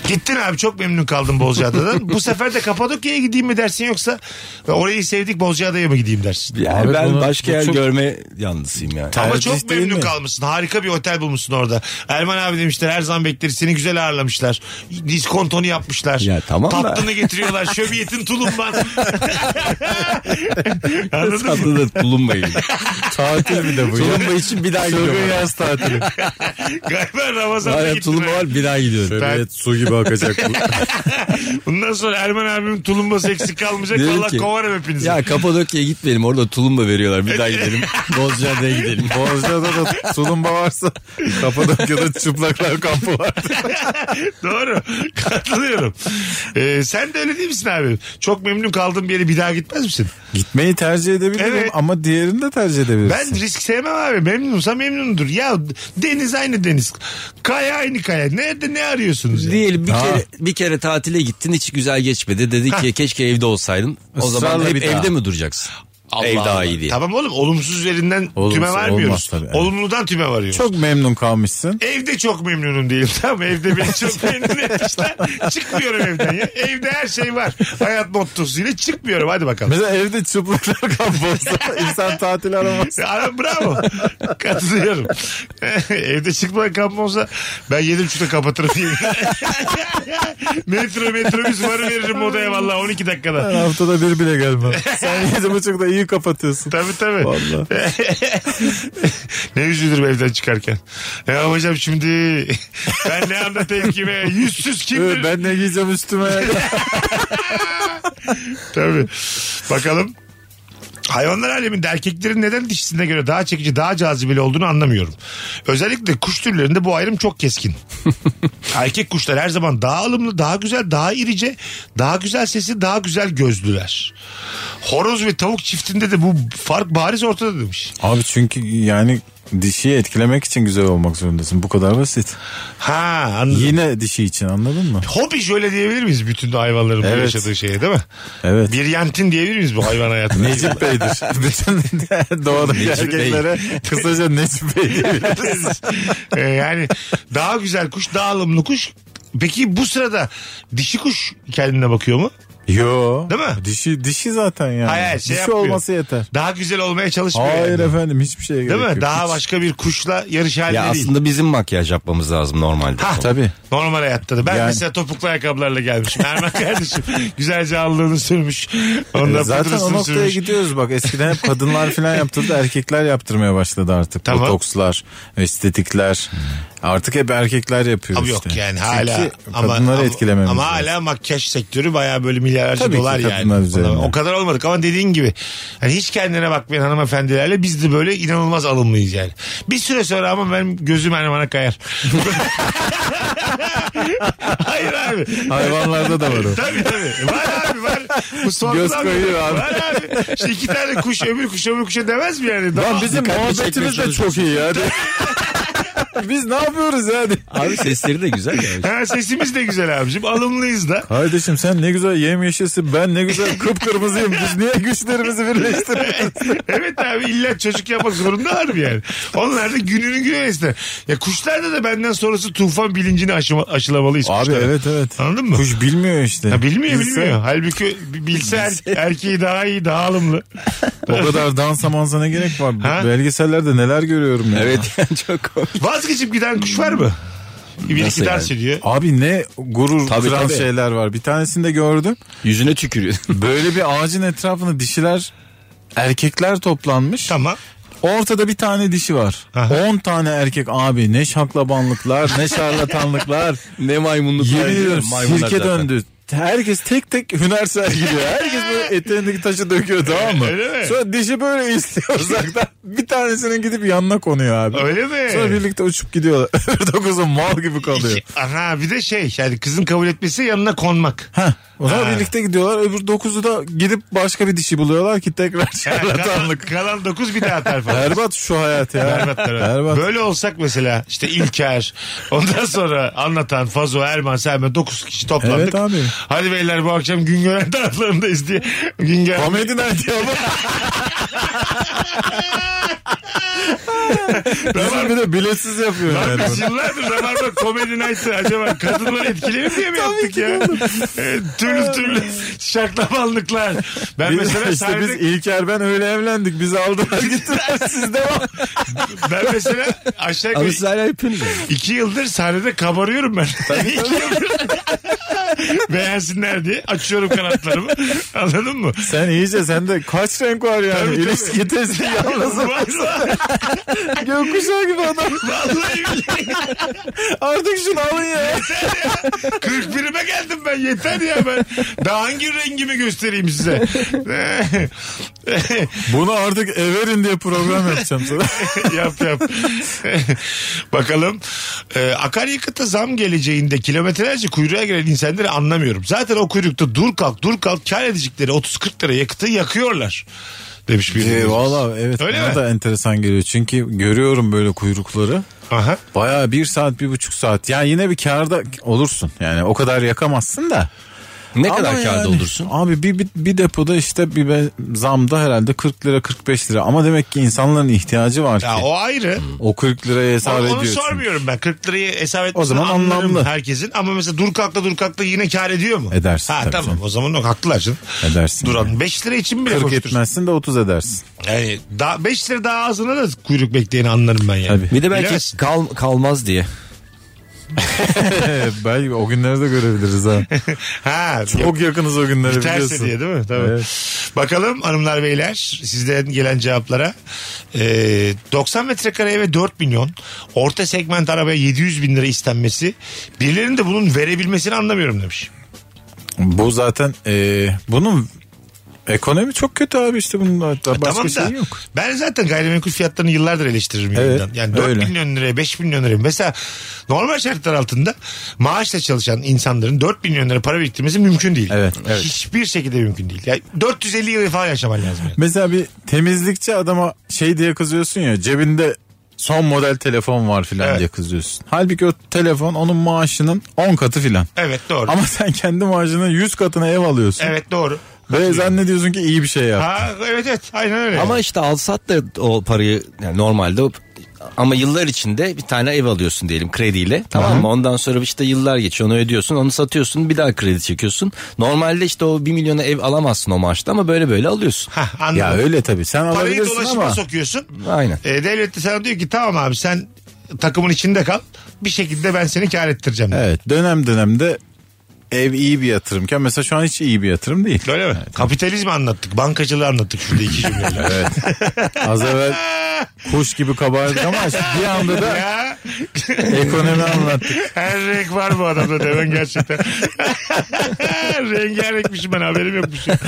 A: Gittin abi çok memnun kaldım Bozcaada'dan. Bu sefer de Kapadokya'ya gideyim mi dersin yoksa orayı sevdik Bozcaada'ya mı gideyim dersin?
D: Yani
C: Abi
D: ben
C: bunu-
D: başka
C: bu
D: yer
C: çok-
D: görme yanlısıyım yani.
A: Ama
C: tercih
A: çok
C: değil
A: memnun
C: mi?
A: kalmışsın. Harika bir otel bulmuşsun orada. Erman abi demişler her zaman bekleriz. Seni güzel ağırlamışlar. Diskontonu yapmışlar.
D: Ya tamam da.
A: Tatlını getiriyorlar. Şöbiyetin tulumban. Anladın mı?
D: Tatlı da bulunmayın.
C: Tatil bir de bu.
D: Tulumba için bir daha gidiyorum.
C: Çılgın yaz tatili.
A: Galiba Ramazan'da
D: Aynen
A: gittin.
D: tulumba
A: ha.
D: var bir daha gidiyorum.
A: Ben-
C: Şöyle su gibi akacak bu.
A: Bundan sonra Erman abimin tulumbası eksik kalmayacak.
D: Dedim
A: Allah
D: ki,
A: kovarım hepinizi.
D: Ya Kapadokya'ya gitmeyelim orada tulumba veriyorlar bir daha gidelim. Bozcaada'ya gidelim.
C: Bozcaada da tulumba varsa Kapadokya'da çıplaklar kampı var.
A: Doğru. Katılıyorum. Ee, sen de öyle değil misin abi? Çok memnun kaldığım bir yere bir daha gitmez misin?
C: Gitmeyi tercih edebilirim
A: Evet.
C: ama diğerini de tercih edebilirsin.
A: Ben risk sevmem abi. Memnunsa memnundur. Ya deniz aynı deniz. Kaya aynı kaya. Nerede ne arıyorsunuz ya?
D: Diyelim bir kere, bir kere tatile gittin hiç güzel geçmedi. Dedi ki keşke evde olsaydım. O zaman
C: Israrla
D: hep
C: bir daha.
D: evde mi duracaksın? Ev daha iyi diye.
A: Tamam oğlum olumsuz üzerinden
C: Olumsuz
A: tüme varmıyoruz.
C: olmaz tabii, evet.
A: Olumludan tüme varıyoruz.
C: Çok memnun kalmışsın.
A: Evde çok memnunum diyelim tamam mı? Evde beni çok memnun etmişler. Çıkmıyorum evden ya. Evde her şey var. Hayat mottosuyla çıkmıyorum hadi bakalım.
C: Mesela evde çıplaklar kampı olsa insan tatil aramaz.
A: Ara bravo. Katılıyorum. Evde çıkma kampı olsa ben yedim buçukta kapatırım diye. metro metrobüs varı veririm odaya valla 12 dakikada.
C: Ben haftada bir bile gelmem. Sen yedi buçukta iyi kapatıyorsun.
A: Tabii tabii.
C: Vallahi.
A: ne üzülürüm evden çıkarken. Ya hocam şimdi ben ne anda tepkime yüzsüz kimdir?
C: Evet, ben ne giyeceğim üstüme?
A: Tabii. Bakalım. Hayvanlar aleminde erkeklerin neden dişisine göre daha çekici, daha cazibeli olduğunu anlamıyorum. Özellikle kuş türlerinde bu ayrım çok keskin. Erkek kuşlar her zaman daha alımlı, daha güzel, daha irice, daha güzel sesi, daha güzel gözlüler. Horoz ve tavuk çiftinde de bu fark bariz ortada demiş.
C: Abi çünkü yani dişiyi etkilemek için güzel olmak zorundasın. Bu kadar basit.
A: Ha anladım.
C: Yine dişi için anladın mı?
A: Hobi şöyle diyebilir miyiz bütün hayvanların böyle
C: Evet.
A: yaşadığı şeye değil mi?
C: Evet.
A: Bir yantin diyebilir miyiz bu hayvan hayatına?
C: Necip Bey'dir. Bütün doğadaki erkeklere kısaca Necip Bey diyebiliriz.
A: Ee, yani daha güzel kuş, daha alımlı kuş. Peki bu sırada dişi kuş kendine bakıyor mu?
C: Yo.
A: Değil mi?
C: Dişi, dişi zaten yani.
A: Hayır, hayır, şey
C: dişi
A: yapmıyor.
C: olması yeter.
A: Daha güzel olmaya çalışmıyor.
C: Hayır
A: yani.
C: efendim hiçbir şeye gerek
A: Değil mi?
C: yok.
A: Daha
C: Hiç.
A: başka bir kuşla yarış halinde
D: Ya
A: değil.
D: aslında bizim makyaj yapmamız lazım normalde.
A: Ha,
C: Tabii.
A: Normal hayatta da. Ben
C: Yani-
A: mesela topuklu ayakkabılarla gelmişim. Erman kardeşim güzelce allığını sürmüş. Onda
C: E, Zaten o
A: pudrasını
C: noktaya
A: sürmüş.
C: gidiyoruz bak eskiden hep kadınlar falan yaptırdı erkekler yaptırmaya başladı artık
A: Tamam.
C: botokslar estetikler artık hep erkekler yapıyor
A: Ama
C: işte.
A: yok yani hala
C: Çünkü
A: ama,
C: kadınları
A: ama-
C: etkilememiz
A: ama
C: lazım.
A: hala makyaj sektörü bayağı böyle milyarlarca
C: Tabii ki
A: dolar yani.
C: kadınlar üzerine.
A: O kadar olmadık ama dediğin gibi hani hiç kendine bakmayan hanımefendilerle biz de böyle inanılmaz alımlıyız yani. Bir süre sonra ama benim gözüm Erman'a kayar. Hayır abi.
C: hayvanlarda da var o.
A: Tabii tabii. Var abi var. Bu sorgulanmıyor.
C: Göz koyuyor abi.
A: Var abi. İşte iki tane kuş öbür kuş öbür kuşa demez mi yani?
C: Lan bizim
D: çekmeye
C: muhabbetimiz de
D: çalışıyorsun.
C: çok iyi yani. Biz ne yapıyoruz yani?
D: Abi sesleri de güzel ya.
A: Ha, sesimiz de güzel abicim. Alımlıyız da.
C: Kardeşim sen ne güzel yemyeşilsin ben ne güzel kıpkırmızıyım. Biz niye güçlerimizi birleştiriyoruz?
A: evet abi illa çocuk yapmak zorundalar mı yani? Onlar da gününü güne ister. Ya kuşlarda da benden sonrası tufan bilincini aşıma, aşılamalıyız
C: Abi
A: kuşlara.
C: evet evet.
A: Anladın mı?
C: Kuş bilmiyor işte.
A: Ya bilmiyor
C: Bilse-
A: bilmiyor. Halbuki bilse er- erkeği daha iyi daha alımlı.
C: O kadar dansa mansa ne gerek var?
A: Ha?
C: Belgesellerde neler görüyorum ya.
D: Evet çok komik.
A: Vazgeçip giden kuş var mı? Bir
D: Nasıl
A: iki dans
D: yani?
A: ediyor.
C: Abi ne gurur
D: Tabii,
C: kıran
D: tabii.
C: şeyler var. Bir tanesini de gördüm.
D: Yüzüne tükürüyor.
C: Böyle bir ağacın etrafına dişiler erkekler toplanmış.
A: Tamam.
C: Ortada bir tane dişi var.
A: Aha.
C: 10 tane erkek abi. Ne şaklabanlıklar, ne şarlatanlıklar.
D: ne maymunluk.
C: Yemin ediyorum
D: Maymunlar
C: sirke
D: zaten.
C: döndü. Herkes tek tek hüner sergiliyor. Herkes böyle eteğindeki taşı döküyor tamam mı?
A: Öyle mi?
C: Sonra dişi böyle istiyor uzaktan. Bir tanesinin gidip yanına konuyor abi.
A: Öyle mi?
C: Sonra birlikte uçup gidiyorlar. Öbür dokuzu mal gibi kalıyor.
A: İki- Aha bir de şey yani kızın kabul etmesi yanına konmak.
C: Heh. Onlar
A: Ha.
C: birlikte gidiyorlar. Öbür dokuzu da gidip başka bir dişi buluyorlar ki tekrar
A: Ha, kalan,
C: şarlatanlık.
A: kalan dokuz bir daha atar falan.
C: Berbat şu hayat ya.
A: Berbat, berbat. Böyle olsak mesela işte İlker ondan sonra anlatan Fazo Erman Selman 9 kişi toplandık.
C: Evet abi.
A: Hadi beyler bu akşam Güngören taraflarındayız diye. Güngören.
C: Komedi nerede ya bu? Bizim bir de biletsiz yapıyor.
A: Lan
C: yani bunu.
A: biz yıllardır Rabarba Comedy Night'ı acaba kadınları etkilenir diye mi yaptık ya? Evet, türlü türlü şaklabanlıklar. Ben
C: Biz-
A: mesela
C: işte
A: sahnede-
C: biz İlker ben öyle evlendik. Bizi aldılar gittiler siz devam.
A: ben mesela aşağı
D: Ama
A: yukarı
D: siz hala yapıyorsunuz ya.
A: İki yıldır sahnede kabarıyorum ben. İki yıldır. Beğensinler diye açıyorum kanatlarımı. Anladın mı?
C: Sen iyice sende kaç renk var yani.
A: Tabii, tabii.
C: İlişki testi yalnız
A: Vallahi,
C: gökkuşağı gibi adam.
A: vallahi billahi.
C: Artık şunu alın ya.
A: 41'ime geldim ben yeter ya ben. Daha hangi rengimi göstereyim size?
C: Bunu artık everin diye program yapacağım sana.
A: yap yap. Bakalım. Ee, akaryakıta zam geleceğinde kilometrelerce kuyruğa giren insanları anlamıyorum. Zaten o kuyrukta dur kalk dur kalk kar edecekleri 30-40 lira yakıtı yakıyorlar. Demiş bir.
C: Ee, Valla evet
A: Öyle
C: bana
A: mi?
C: da enteresan geliyor. Çünkü görüyorum böyle kuyrukları.
A: Aha.
C: Bayağı bir saat bir buçuk saat. Yani yine bir karda olursun. Yani o kadar yakamazsın da.
D: Ne
C: Ama
D: kadar kağıda
C: yani,
D: olursun?
C: Abi bir, bir, bir depoda işte bir be- zamda herhalde 40 lira 45 lira. Ama demek ki insanların ihtiyacı var
A: Ya
C: ki.
A: o ayrı.
C: O 40 liraya hesap
A: Onu, onu
C: ediyorsun.
A: sormuyorum ben. 40 lirayı hesap etmesini
C: O zaman
A: anlarım
C: anlamlı.
A: herkesin. Ama mesela dur kalkla dur kalkla yine kar ediyor mu?
C: Edersin
A: Ha
C: tabii
A: tamam
C: canım.
A: o zaman yok haklılar canım.
C: Edersin.
A: Duran 5 lira için bile
C: 40
A: koştursun.
C: etmezsin de 30 edersin.
A: Yani daha 5 lira daha azına da kuyruk bekleyeni anlarım ben yani.
C: Tabii.
D: Bir de belki
A: Bilemezsin.
D: kal, kalmaz diye.
C: Ee, belki o günleri de görebiliriz ha.
A: Ha, yok,
C: Çok yakınız o günleri
A: tersi
C: biliyorsun.
A: diye değil mi? Tabii.
C: Evet.
A: Bakalım hanımlar beyler sizden gelen cevaplara. Ee, 90 metrekare eve 4 milyon, orta segment arabaya 700 bin lira istenmesi. Birilerinin de bunun verebilmesini anlamıyorum demiş.
C: Bu zaten e, bunun ekonomi çok kötü abi işte bunun hatta başka
A: tamam da
C: şey yok.
A: ben zaten gayrimenkul fiyatlarını yıllardır eleştiririm
C: Evet,
A: yayından. Yani 4
C: öyle.
A: milyon liraya 5 milyon liraya mesela normal şartlar altında maaşla çalışan insanların 4 milyon lira para biriktirmesi mümkün değil.
C: Evet, evet.
A: Hiçbir şekilde mümkün değil. Yani 450 yıl falan yaşaman lazım. yani.
C: Mesela bir temizlikçi adama şey diye kızıyorsun ya cebinde son model telefon var filan
A: Evet.
C: diye kızıyorsun. Halbuki o telefon onun maaşının 10 katı filan.
A: Evet doğru.
C: Ama sen kendi maaşının 100 katına ev alıyorsun.
A: Evet doğru.
C: Ve zannediyorsun ki iyi bir şey yap.
A: Ha, evet evet aynen öyle.
D: Ama işte alsat da o parayı yani normalde o- ama yıllar içinde bir tane ev alıyorsun diyelim krediyle tamam mı? Ondan sonra işte yıllar geçiyor onu ödüyorsun onu satıyorsun bir daha kredi çekiyorsun. Normalde işte o 1 milyona ev alamazsın o maaşta ama böyle böyle alıyorsun.
A: Ha, anladım.
C: Ya öyle tabii. Sen
A: Parayı
C: alabilirsin
A: dolaşıma
C: ama.
A: sokuyorsun.
D: Aynen.
A: E, devlet de sana diyor ki tamam abi sen takımın içinde kal. Bir şekilde ben seni kar ettireceğim.
C: Evet dönem dönemde ev iyi bir yatırımken mesela şu an hiç iyi bir yatırım değil.
A: Öyle mi? Kapitalizmi anlattık. Bankacılığı anlattık şurada iki cümleyle.
C: Az evvel kuş gibi kabardık ama bir anda da
A: ya
C: ekonomi anlattık.
A: her renk var bu adamda demen gerçekten. Rengarenkmişim ben haberim yokmuş. ya.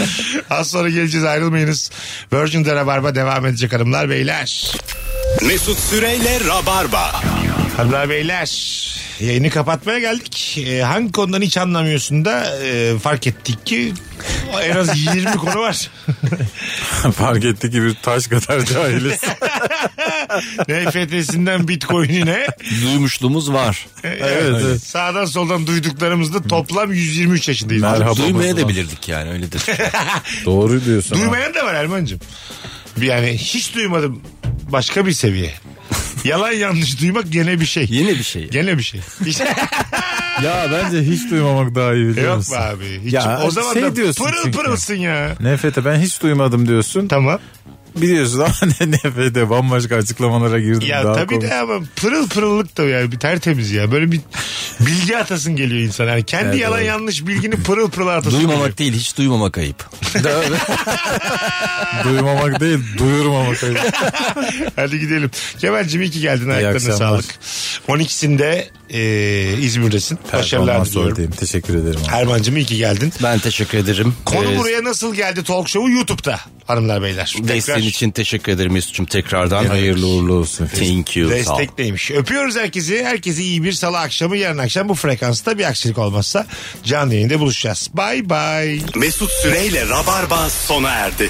A: Az sonra geleceğiz ayrılmayınız. Virgin'de Rabarba devam edecek hanımlar beyler.
I: Mesut Süreyle Rabarba.
A: Hanımlar beyler yayını kapatmaya geldik. Ee, hangi konudan hiç anlamıyorsun da e, fark ettik ki en az 20 konu var.
C: Fark etti ki bir taş kadar cahiliz.
A: NFT'sinden Bitcoin'ine
D: Duymuşluğumuz var.
A: evet, sağdan soldan duyduklarımızda toplam 123 yaşındayız.
C: Merhaba.
D: Duymaya da bilirdik yani öyledir.
C: Doğru diyorsun. ha.
A: Duymayan da var Erman'cığım. Yani hiç duymadım başka bir seviye. Yalan yanlış duymak gene bir şey.
D: Yeni bir şey.
A: Gene bir şey.
C: Ya bence hiç duymamak daha iyi biliyor
A: Yok
C: musun?
A: be abi. Hiç.
C: Ya
A: o zaman
C: şey
A: da
C: diyorsun
A: pırıl
C: çünkü.
A: pırılsın ya.
C: Nefete ben hiç duymadım diyorsun.
A: Tamam.
C: Biliyorsun ama ne- nefete bambaşka açıklamalara girdim.
A: Ya
C: daha
A: tabii
C: komik.
A: de ama pırıl pırıllık da yani bir tertemiz ya. Böyle bir bilgi atasın geliyor insan. Yani kendi yalan yanlış bilgini pırıl pırıl atasın. geliyor.
D: Duymamak değil hiç duymamak ayıp.
C: Duymamak değil duyurmamak. ayıp.
A: Hadi gidelim. Kemal'cim iyi ki geldin. Ayaklarına
C: akşamlar.
A: sağlık. 12'sinde e, İzmir'desin. Başarılar
C: Performans
A: diliyorum.
C: oradayım. Teşekkür ederim. abi.
A: Erman'cım iyi ki geldin.
D: Ben teşekkür ederim.
A: Konu
D: Ee,
A: buraya nasıl geldi talk show'u YouTube'da hanımlar beyler.
D: Desteğin için teşekkür ederim Mesut'cum tekrardan.
C: Hayırlı uğurlu olsun.
D: Thank you. Sağ ol.
A: Destekteymiş. Öpüyoruz herkesi. Herkese iyi bir salı akşamı. Yarın akşam bu frekansta bir aksilik olmazsa canlı yayında buluşacağız. Bay bay.
I: Mesut Süreyle Rabarba sona erdi.